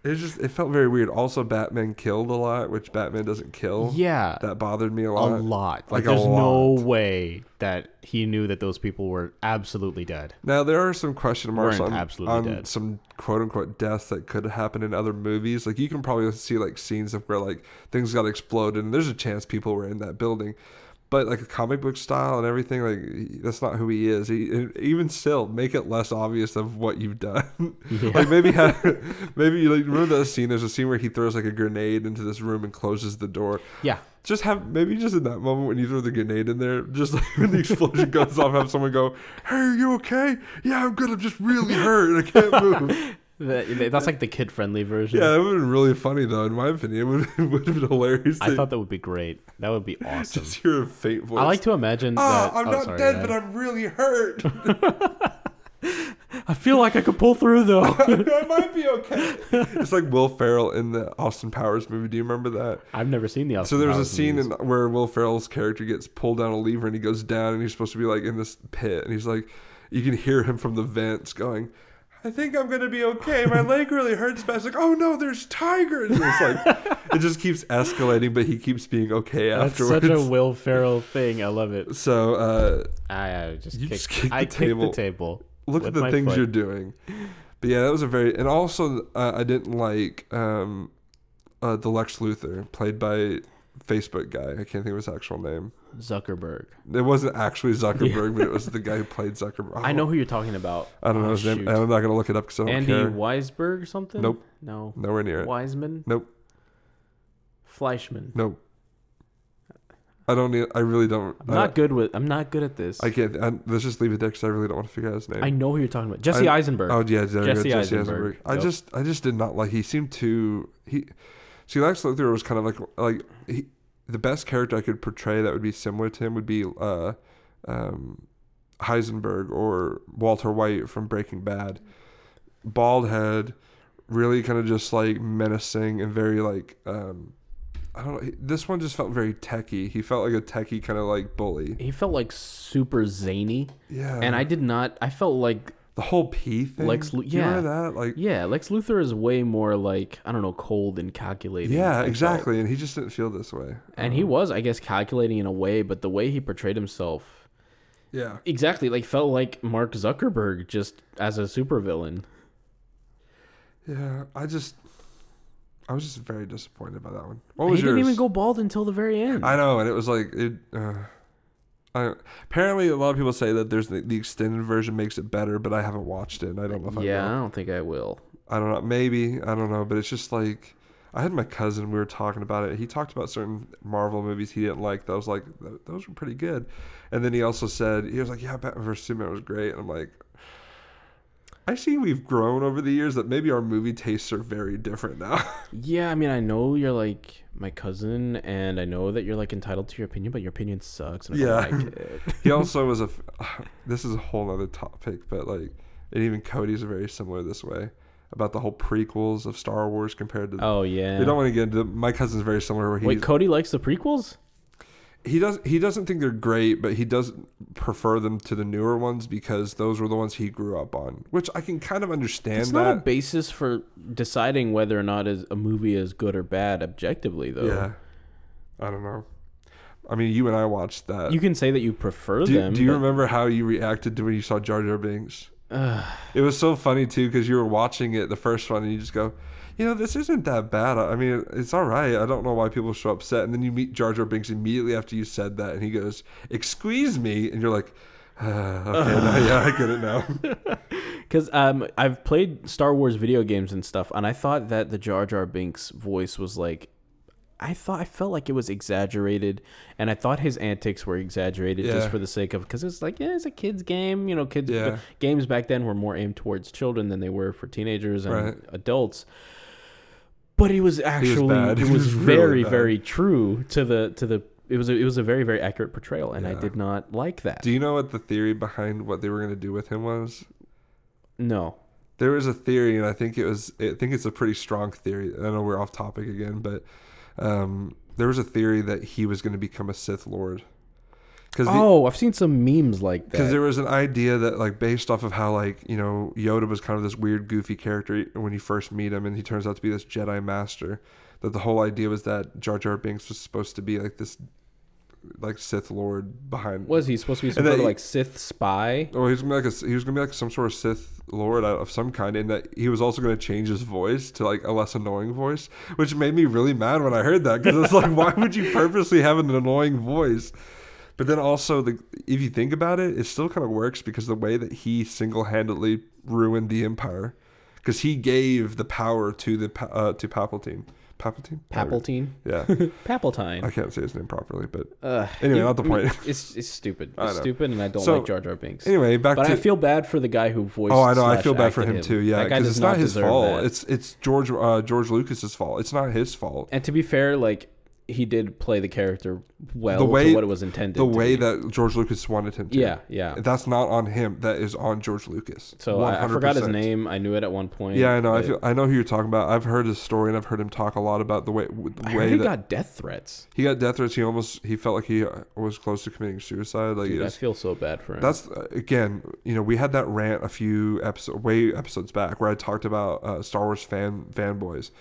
It just it felt very weird. Also, Batman killed a lot, which Batman doesn't kill. Yeah, That bothered me a a lot. lot. Uh, Like, Like, a there's no lot. way that he knew that those people were absolutely dead. Now there are some question marks Weren't on, absolutely on dead. some quote unquote deaths that could happen in other movies. Like you can probably see like scenes of where like things got exploded and there's a chance people were in that building. But like a comic book style and everything, like that's not who he is. He, and even still, make it less obvious of what you've done. like maybe have, maybe you like remember that scene. There's a scene where he throws like a grenade into this room and closes the door. Yeah, Just have maybe just in that moment when you throw the grenade in there, just like when the explosion goes off, have someone go, "Hey, are you okay? Yeah, I'm good. I'm just really hurt. and I can't move." That- that's like the kid-friendly version. yeah, that would have been really funny though. In my opinion, it would, it would have been hilarious. I to thought that would be great. That would be awesome. just hear a faint voice. I like to imagine. Ah, that, I'm oh, not sorry, dead, Dad. but I'm really hurt. I feel like I could pull through though. I might be okay. It's like Will Ferrell in the Austin Powers movie. Do you remember that? I've never seen the. Austin So there was a Powers scene movies. in, where Will Ferrell's character gets pulled down a lever and he goes down and he's supposed to be like in this pit and he's like, you can hear him from the vents going, I think I'm gonna be okay. My leg really hurts, but it's like, oh no, there's tigers. And it's like it just keeps escalating, but he keeps being okay That's afterwards. such a Will Ferrell thing. I love it. so uh, I, I just You kicked. just kicked I the kicked table. the table. look with at the my things foot. you're doing. But yeah, that was a very and also uh, I didn't like um, uh, the Lex Luthor played by Facebook guy. I can't think of his actual name. Zuckerberg. It wasn't actually Zuckerberg, but it was the guy who played Zuckerberg. I know who you're talking about. Oh. I don't know Oh, his name. shoot. And I'm not gonna look it up because I don't Andy care. Weisberg or something? Nope. No. Nowhere near it. Wiseman? Nope. Fleischman. Nope. I don't. Need, I really don't. I'm not good with I'm not good at this. Uh, I I, can't. I, let's just leave it there because I really don't want to figure out his name. know who you're talking about. Jesse I- Eisenberg. Oh yeah, there we go, Jesse Jesse Eisenberg. Eisenberg. I Yep. just, I just did not like. He seemed too. He, see, Lex Luthor was kind of like, like he, the best character I could portray that would be similar to him would be, uh, um, Heisenberg or Walter White from Breaking Bad, bald head, really kind of just like menacing and very like, um, I don't know. he- This one just felt very techie. He felt like a techie kind of like bully. He felt like super zany. Yeah, And I did not I felt like the whole P thing. Lex Lu- Do you remember yeah. that? Like, yeah, Lex Luthor is way more like, I don't know, cold and calculating. I Yeah, felt. exactly. And he just didn't feel this way. And he was, I guess, calculating in a way, but the way he portrayed himself Yeah. exactly like felt like Mark Zuckerberg just as a supervillain. Yeah. I just, I was just very disappointed by that one. What He was didn't yours? even go bald until the very end. I know. And it was like, it, uh, I, apparently a lot of people say that there's the, the extended version makes it better, but I haven't watched it. And I don't know if yeah, I I will. don't think I will. I don't know. Maybe. I don't know. But it's just like, I had my cousin, we were talking about it. He talked about certain Marvel movies he didn't like. That I was like, "Th- those were pretty good. And then he also said, he was like, yeah, Batman vs. Superman was great. And I'm like, I see we've grown over the years that maybe our movie tastes are very different now. Yeah, I mean, I know you're like my cousin, and I know that you're like entitled to your opinion, but your opinion sucks. And I Yeah. don't like it. he also was a. f- This is a whole other topic, but like, and even Cody's are very similar this way about the whole prequels of Star Wars compared to. Oh yeah. We don't want to get into. My cousin's very similar. Where he's, Wait, Cody likes the prequels? he does he doesn't think they're great, but he does prefer them to the newer ones because those were the ones he grew up on, which I can kind of understand. It's not that. a basis for deciding whether or not is a movie is good or bad objectively, though. Yeah. I don't know. I mean, you and I watched that. You can say that you prefer do, them. do you but- remember how you reacted to when you saw Jar Jar Binks? it was so funny too because you were watching it the first one and you just go, you know, this isn't that bad. I I mean, it's all right. I don't know why people are so upset. And then you meet Jar Jar Binks immediately after you said that, and he goes, "Excuse me," and you're like, uh, "Okay, now, yeah, I get it now." Because um, I've played Star Wars video games and stuff, and I thought that the Jar Jar Binks voice was like, I thought I felt like it was exaggerated, and I thought his antics were exaggerated just Yeah. for the sake of because it's like yeah, it's a kids game, you know, kids Yeah. games back then were more aimed towards children than they were for teenagers and Right. adults. But it was actually bad. it He was was really very bad. very true to the to the it was a, it was a very very accurate portrayal, and I Yeah. did not like that. do you know what the theory behind what they were gonna do with him was? no, there was a theory, and I think it was I think it's a pretty strong theory. I know we're off topic again, but um, there was a theory that he was going to become a Sith Lord because oh, I've seen some memes like that. because there was an idea that like based off of how like you know Yoda was kind of this weird goofy character when you first meet him, and he turns out to be this Jedi Master. That the whole idea was that Jar Jar Binks was supposed to be like this like Sith Lord behind Was he supposed to be some And that sort of he- like Sith spy? Oh, he was gonna be like a, he was gonna be like some sort of Sith Lord out of some kind, and that he was also gonna change his voice to like a less annoying voice, which made me really mad when I heard that because it's like, why would you purposely have an annoying voice? But then also, the if you think about it, it still kind of works because the way that he single handedly ruined the Empire, because he gave the power to the Pa- uh, to Palpatine. Palpatine. Palpatine? Yeah, I Palpatine. can't say his name properly, but Ugh. anyway, You- not the I mean, point. It's it's stupid. I It's know. stupid, and I don't So, like Jar Jar Binks. anyway, back but to I feel bad for the guy who voiced. Oh, I know. I slash feel bad for acted him, too. Yeah, that guy because does it's not, not his deserve fault. that. It's it's George uh, George Lucas's fault. It's not his fault. and to be fair, like he did play the character well The way- to what it was intended. The to way be. that George Lucas wanted him to. Yeah, yeah. That's not on him. That is on George Lucas. So I, I forgot his 100%. name. I knew it at one point. Yeah, I know. I but feel. I know who you're talking about. I've heard his story and I've heard him talk a lot about the way I the heard way he that got death threats. he got death threats. He almost he felt like he uh, was close to committing suicide. Like Dude, it I was- feel so bad for him. That's uh, again, you know, we had that rant a few episode, way episodes back where I talked about uh, Star Wars fan fanboys.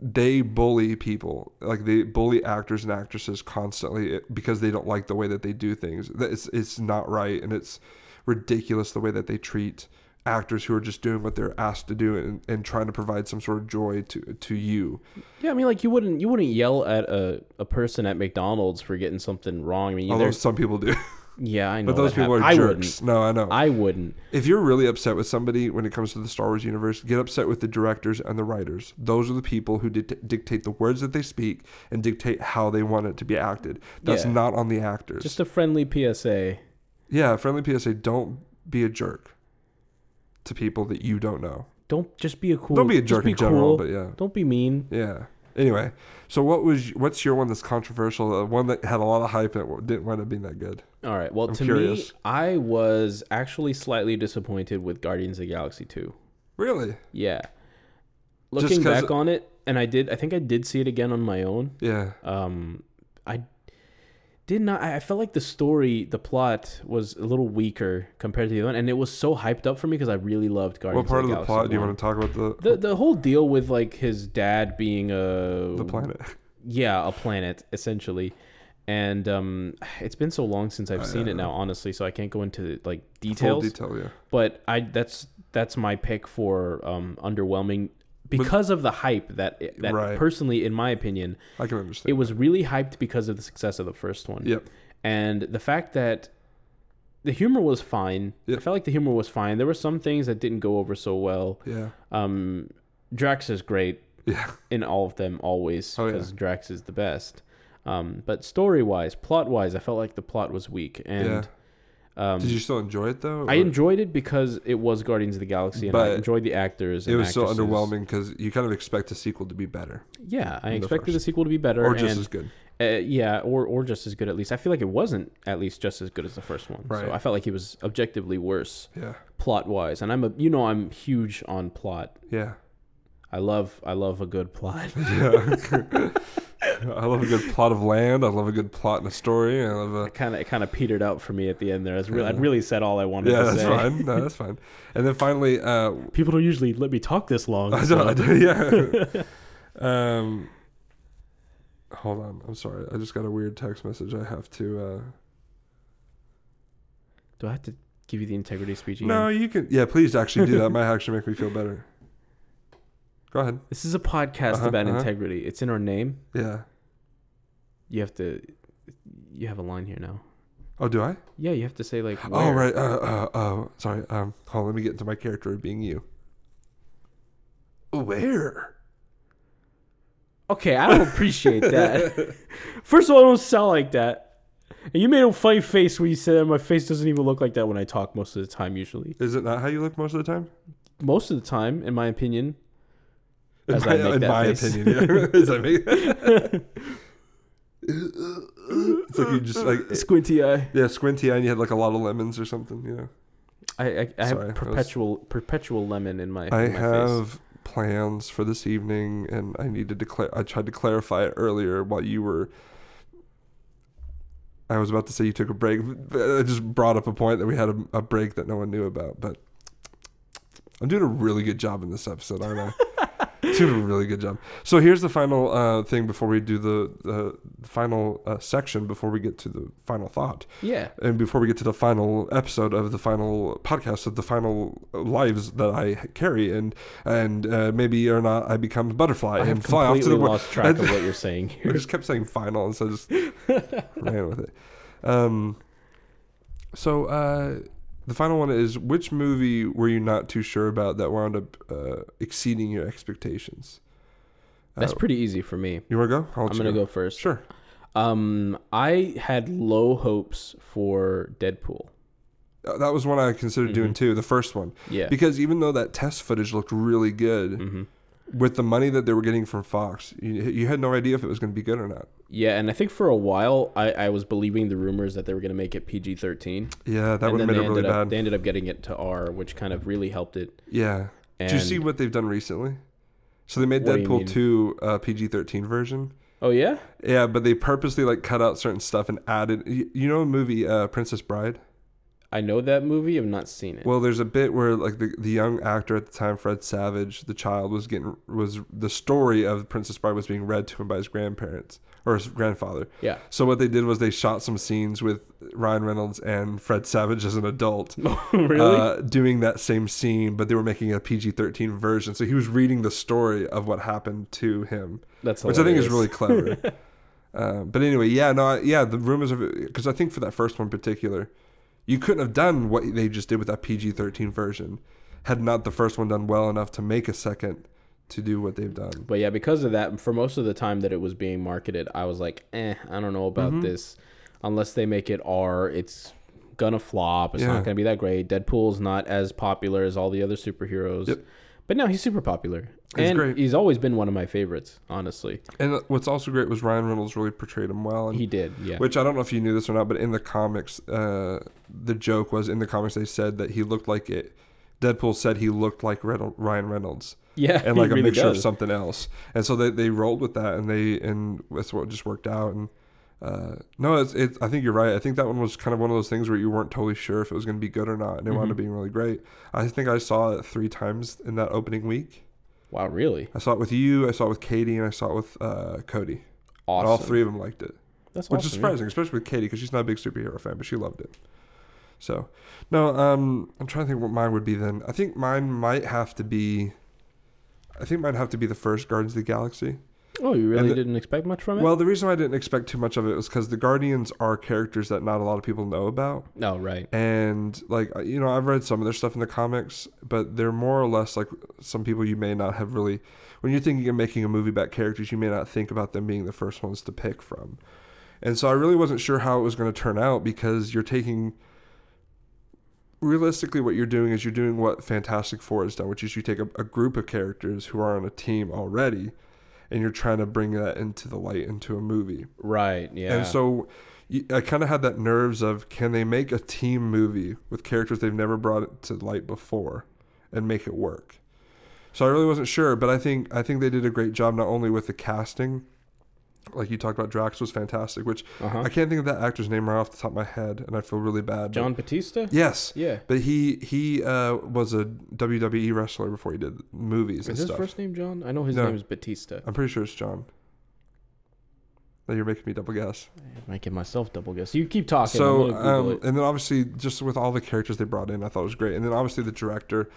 They bully people, like they bully actors and actresses constantly eh, because they don't like the way that they do things. That It's it's not right, and it's ridiculous the way that they treat actors who are just doing what they're asked to do and, and trying to provide some sort of joy to to you. Yeah, I mean, like you wouldn't you wouldn't yell at a, a person at McDonald's for getting something wrong. I mean, you- Although there's some people do, yeah, I know. but those that people hap- are I jerks. Wouldn't. No, I know. I wouldn't. If you're really upset with somebody when it comes to the Star Wars universe, get upset with the directors and the writers. Those are the people who dict- dictate the words that they speak and dictate how they want it to be acted. That's Yeah. not on the actors. Just a friendly PSA. yeah, friendly PSA don't be a jerk to people that you don't know. Don't just be a cool. Don't be a just jerk in cool. general, but yeah. Don't be mean. Yeah. Anyway, so what was what's your one that's controversial? The one that had a lot of hype and it didn't wind up being that good. All right. Well, to curious. me, I was actually slightly disappointed with Guardians of the Galaxy 2. Really? Yeah. Just Looking 'cause- back on it, and I did. I think I did see it again on my own. Yeah. um i did not i I felt like the story the plot was a little weaker compared to the other one and it was so hyped up for me because i really loved guardians what part of the Galaxy plot do you want one. to talk about? The the, the whole deal with like his dad being a the planet. yeah a planet essentially and um it's been so long since i've seen it now honestly so i can't go into like Full details detail. Yeah. but i that's that's my pick for um underwhelming because of the hype that that Right. personally in my opinion I can understand. it was really hyped because of the success of the first one. Yep. And the fact that the humor was fine. Yep. I felt like the humor was fine. There were some things that didn't go over so well. Yeah. Um, Drax is great Yeah. in all of them always Oh, yeah. because Drax is the best. Um, but story wise, plot wise, I felt like the plot was weak. And Yeah. Um, Did you still enjoy it though? I or- enjoyed it because it was Guardians of the Galaxy, and I But enjoyed the actors. It and was so actresses. underwhelming because you kind of expect a sequel to be better Yeah, I the expected the first. sequel to be better, or just and- as good. Uh, yeah, or or just as good at least. I feel like it wasn't at least just as good as the first one. Right. So I felt like he was objectively worse Yeah, plot wise. And I'm a you know I'm huge on plot. yeah. I love I love a good plot. I love a good plot of land. I love a good plot in a story. I love a kind of it kind of petered out for me at the end there. I was really, I really said all I wanted yeah. to That's say. fine. No, that's fine. And then finally, uh, People don't usually let me talk this long. I so- don't, I don't, yeah. um, hold on. I'm sorry. I just got a weird text message. I have to. Uh, Do I have to give you the integrity speech? Again? no, you can. Yeah, please actually do that. Might actually make me feel better. Go ahead. This is a podcast Uh-huh, about uh-huh. integrity. It's in our name. Yeah. You have to. You have a line here now. Oh, do I? Yeah, you have to say like. Oh, where. right. Uh, uh, uh, sorry. Um, hold on. Let me get into my character of being you. Where? Okay, I don't appreciate that. First of all, I don't sound like that. And you made a funny face when you said that. My face doesn't even look like that when I talk most of the time, usually. Is it not how you look most of the time? Most of the time, in my opinion. In As I my, make in that my face. opinion, yeah. As I make- it's like you just like Squinty eye. yeah, squinty eye, and you had like a lot of lemons or something. You know. I, I, I Sorry, I have was- perpetual perpetual lemon in my, I in my face. have plans for this evening, and I need to declare. I tried to clarify it earlier while you were. I was about to say you took a break. But I just brought up a point that we had a, a break that no one knew about, but I'm doing a really good job in this episode, aren't I? doing a really good job. So here's the final uh, thing before we do the the, the final uh, section before we get to the final thought. Yeah. And before we get to the final episode of the final podcast of the final lives that I carry, and and uh, maybe or not, I become a butterfly I have and fly off to the completely wo- lost track I, of what you're saying I here. just kept saying final, and so I just ran with it. Um, so uh, the final one is which movie were you not too sure about that wound up uh, exceeding your expectations? That's pretty easy for me. You want to go? I'll I'm going to go first. Oh. Sure. Um, I had low hopes for Deadpool. Uh, That was one I considered doing too. The first one. Mm-hmm. Yeah. Mm-hmm. Because even though that test footage looked really good, with the money that they were getting from Fox, you, you had no idea if it was going to be good or not. Yeah, and I think for a while I, I was believing the rumors that they were going to make it PG thirteen. Yeah, that and would then they have made it ended really up bad. they ended up getting it to R, which kind of really helped it. yeah. Do you see And- what they've done recently? So they made What do you mean? Deadpool 2 uh, PG 13 version. Oh yeah, Yeah, but they purposely like cut out certain stuff and added. You, you know, a movie uh, Princess Bride. I know that movie. I've not seen it. Well, there's a bit where like the, the young actor at the time, Fred Savage, the child was getting was the story of Princess Bride was being read to him by his grandparents or his grandfather. Yeah. So what they did was they shot some scenes with Ryan Reynolds and Fred Savage as an adult. really? Uh, doing that same scene, but they were making a PG 13 version. So he was reading the story of what happened to him. That's Which I think is hilarious. really clever. Um, but anyway, yeah, no, I- yeah, the rumors of it, because I think for that first one in particular, you couldn't have done what they just did with that PG 13 version had not the first one done well enough to make a second to do what they've done. but yeah, because of that, for most of the time that it was being marketed, I was like, eh, I don't know Mm-hmm. about this. Unless they make it R, it's gonna flop. It's Yeah. not gonna be that great. Deadpool's not as popular as all the other superheroes. Yep. But now he's super popular. He's and great. he's always been one of my favorites, honestly. And what's also great was Ryan Reynolds really portrayed him well. And He did, yeah. Which I don't know if you knew this or not, but in the comics, uh, the joke was in the comics they said that he looked like it. Deadpool said he looked like Reynol- Ryan Reynolds. Yeah, and he like a really mixture of does. something else. And so they, they rolled with that, and they and that's what just worked out. And uh, no, it's, it's I think you're right. I think that one was kind of one of those things where you weren't totally sure if it was going to be good or not, and it Mm-hmm. wound up being really great. I think I saw it three times in that opening week. Wow, really? I saw it with you, I saw it with Katie, and I saw it with uh, Cody. And Awesome. all three of them liked it That's which awesome, is yeah. surprising, especially with Katie because she's not a big superhero fan, but she loved it. So, no, um, I'm trying to think what mine would be then. I think mine might have to be, I think mine have to be the first Guardians of the Galaxy. Oh, you really the- didn't expect much from it? Well, the reason why I didn't expect too much of it was because the Guardians are characters that not a lot of people know about, no, right. and like uh, you know, I've read some of their stuff in the comics, but they're more or less like some people you may not have really. When you're thinking of making a movie about characters, you may not think about them being the first ones to pick from. And so I really wasn't sure how it was going to turn out because you're taking realistically, what you're doing is you're doing what Fantastic Four has done, which is you take a, a group of characters who are on a team already, and you're trying to bring that into the light into a movie. Right. Yeah. And so y- I kind of had that nerves of can they make a team movie with characters they've never brought to light before and make it work. So I really wasn't sure, but I think I think they did a great job not only with the casting, like you talked about Drax was fantastic, which Uh-huh. I can't think of that actor's name right off the top of my head, and I feel really bad. but- John Batista. Yes. Yeah. But he he uh, was a WWE wrestler before he did movies and Is his stuff. first name John? I know his No. Uh, name is Batista. I'm pretty sure it's John. Now you're making me double guess. I might give myself double guess. You keep talking. I'm So, gonna Google um, it. and then obviously, just with all the characters they brought in, I thought it was great. And then obviously the director,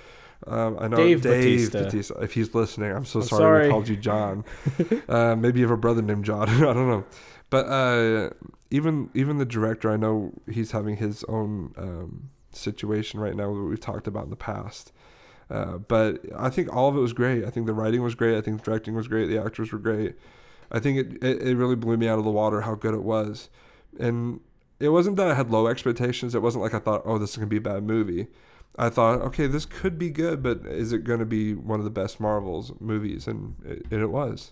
um, I know Dave Dave, Bautista. Batista. If he's listening, I'm so I'm sorry, sorry. we called you John. uh, maybe you have a brother named John. I don't know. But uh, even even the director, I know he's having his own um, situation right now that we've talked about in the past. Uh, but I think all of it was great. I think the writing was great. I think the directing was great. The actors were great. I think it, it, it really blew me out of the water how good it was. And it wasn't that I had low expectations. It wasn't like I thought, oh, this is going to be a bad movie. I thought, okay, this could be good, but is it going to be one of the best Marvel's movies? And it, and it was.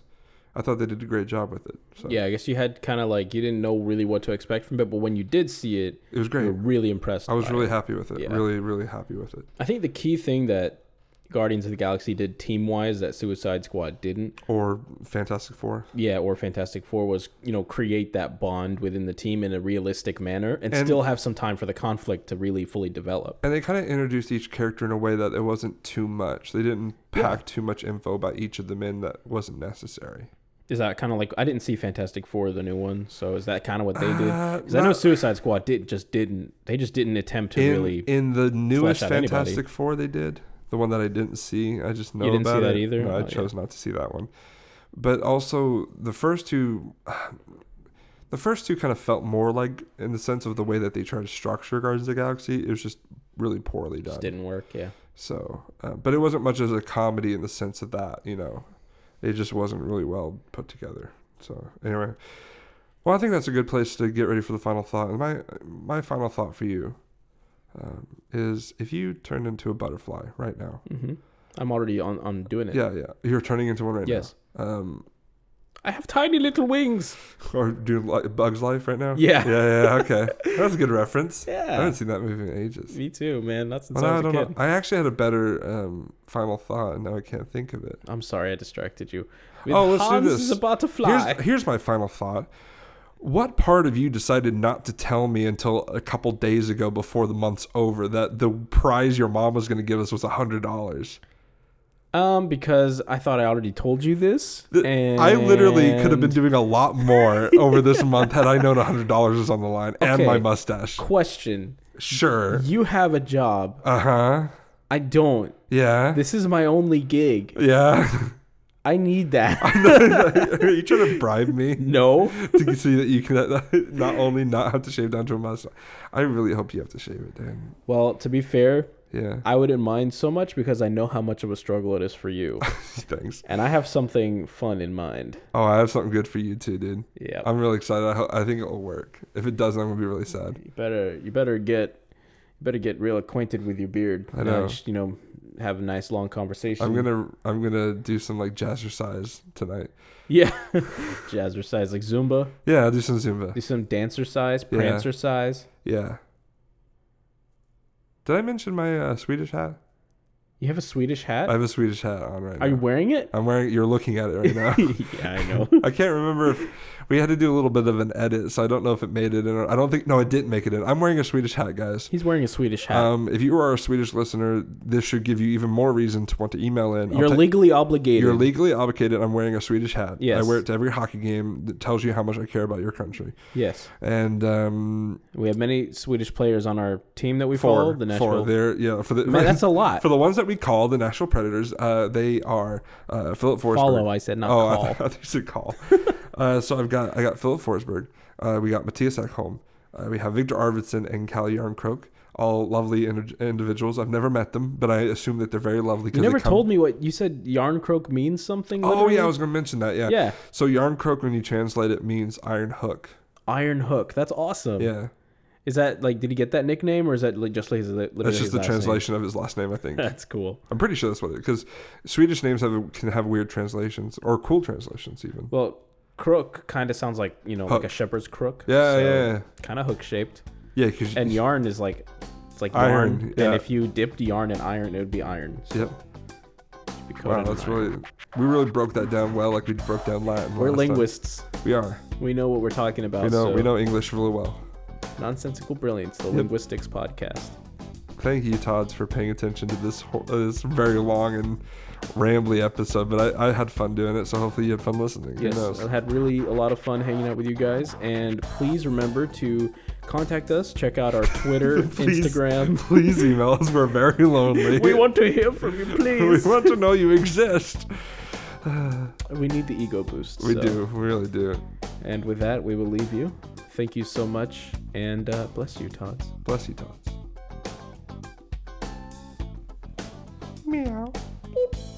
I thought they did a great job with it. So yeah, I guess you had kind of like you didn't know really what to expect from it, but when you did see it, it was you were great. really impressed. I was by really it. happy with it. Yeah. Really, really happy with it. I think the key thing that Guardians of the Galaxy did team wise that Suicide Squad didn't, Or Fantastic Four. yeah, or Fantastic Four was, you know, create that bond within the team in a realistic manner and, And- still have some time for the conflict to really fully develop. And they kind of introduced each character in a way that it wasn't too much. They didn't pack too much info about each of the men that wasn't necessary. Is that kind of like I didn't see Fantastic Four the new one, so is that kind of what they did? Uh, 'Cause I know not- Suicide Squad did just didn't they just didn't attempt to in, really in the newest out anybody. Fantastic Four they did, the one that I didn't see. I just know didn't see about that it. either? No, Oh, I yeah. chose not to see that one. But also the first two, the first two kind of felt more like in the sense of the way that they tried to structure Guardians of the Galaxy. It was just really poorly done. just didn't work. Yeah, So, uh, but it wasn't much as a comedy in the sense of that, you know, it just wasn't really well put together. So, anyway, well, I think that's a good place to get ready for the final thought. And my my final thought for you um, is: if you turned into a butterfly right now, hmm I'm already on on doing it. yeah, yeah, you're turning into one right Yes. now. Um, I have tiny little wings. or doing like Bugs Life right now. Yeah. yeah, yeah. Okay, that's a good reference. I Yeah. haven't seen that movie in ages. Me too, man. Not since Well, I I was a don't kid. know. I actually had a better um, final thought, and now I can't think of it. I'm sorry I distracted you. With Oh, let's do Hans this. is about to fly. Here's, here's my final thought. What part of you decided not to tell me until a couple days ago before the month's over that the prize your mom was going to give us was $100? Um, because I thought I already told you this. And I literally could have been doing a lot more over this month had I known $100 was on the line and Okay. my mustache. Question: Sure. You have a job. Uh huh. I don't. Yeah. This is my only gig. yeah. I need that. Are you trying to bribe me no. to see that you can not only not have to shave down to a mustache? I really hope you have to shave it, Dan. Well, to be fair, Yeah. I wouldn't mind so much because I know how much of a struggle it is for you, Thanks. and I have something fun in mind. Oh, I have something good for you too, dude. Yeah. I'm really excited. I, ho- I think it will work. If it doesn't, I'm gonna be really sad. You better. You better get. You better get real acquainted with your beard. I Not know. Just, you know, have a nice long conversation. I'm gonna I'm gonna do some like jazzercise tonight. Yeah. Jazzercise, like Zumba. Yeah, I'll do some Zumba. Do some dancer size, Yeah. prancer size. Yeah. Did I mention my uh, Swedish hat? You have a Swedish hat? I have a Swedish hat on right Are you now. wearing it? I'm wearing. You're looking at it right now. yeah, I know. I can't remember if we had to do a little bit of an edit, so I don't know if it made it in. Or, I don't think. No, it didn't make it in. I'm wearing a Swedish hat, guys. He's wearing a Swedish hat. Um, if you are a Swedish listener, this should give you even more reason to want to email in. I'll You're ta- legally obligated. You're legally obligated. I'm wearing a Swedish hat. Yes. I wear it to every hockey game that tells you how much I care about your country. yes. And um, We have many Swedish players on our team that we follow. for The for Nashville. their yeah for the Man, that's a lot. for the ones that we call the National Predators. Uh, they are uh, Philip Forsberg. Follow, I said, not oh, call. I thought you said call. uh, so I've got I got Philip Forsberg. Uh, we got Matthias Ekholm. Uh, we have Victor Arvidsson and Cal Yarncroke. All lovely in- individuals. I've never met them, but I assume that they're very lovely. 'cause you they never come- told me what you said. Yarn croak means something. Oh literally? yeah, I was going to mention that. Yeah. Yeah. So yarn croak, when you translate it, means iron hook. Iron hook. That's awesome. Yeah. Is that like did he get that nickname or is that like, just like, his- literally That's his just the last name? translation of his last name, I think. That's cool. I'm pretty sure that's what it because Swedish names have can have weird translations or cool translations even. Well, crook kind of sounds like you know like a Hook. shepherd's crook. Yeah, yeah, yeah. Kind of hook shaped, Yeah, because and yarn is like it's like Iron, yarn. yeah. And if you dipped yarn in iron, it would be iron. So Yep. it'd be Wow, coated in that's iron. really we really broke that down well, like we broke down Latin. We're last time. linguists. We are. We know what we're talking about. We know so we know English really well. nonsensical brilliance, the linguistics podcast. Thank you, Todd's, for paying attention to this whole, uh, this very long and rambly episode. But I, I had fun doing it, so hopefully you had fun listening. Yes, Who knows? I had really a lot of fun hanging out with you guys. And please remember to contact us. Check out our Twitter, Please- Instagram. Please email us. We're very lonely. We want to hear from you, we please. we, want to know you exist. need the ego boost. We so- do. We really do. And with that, we will leave you. Thank you so much, and uh, bless you, Tots. Bless you, Todd's. Meow. Beep.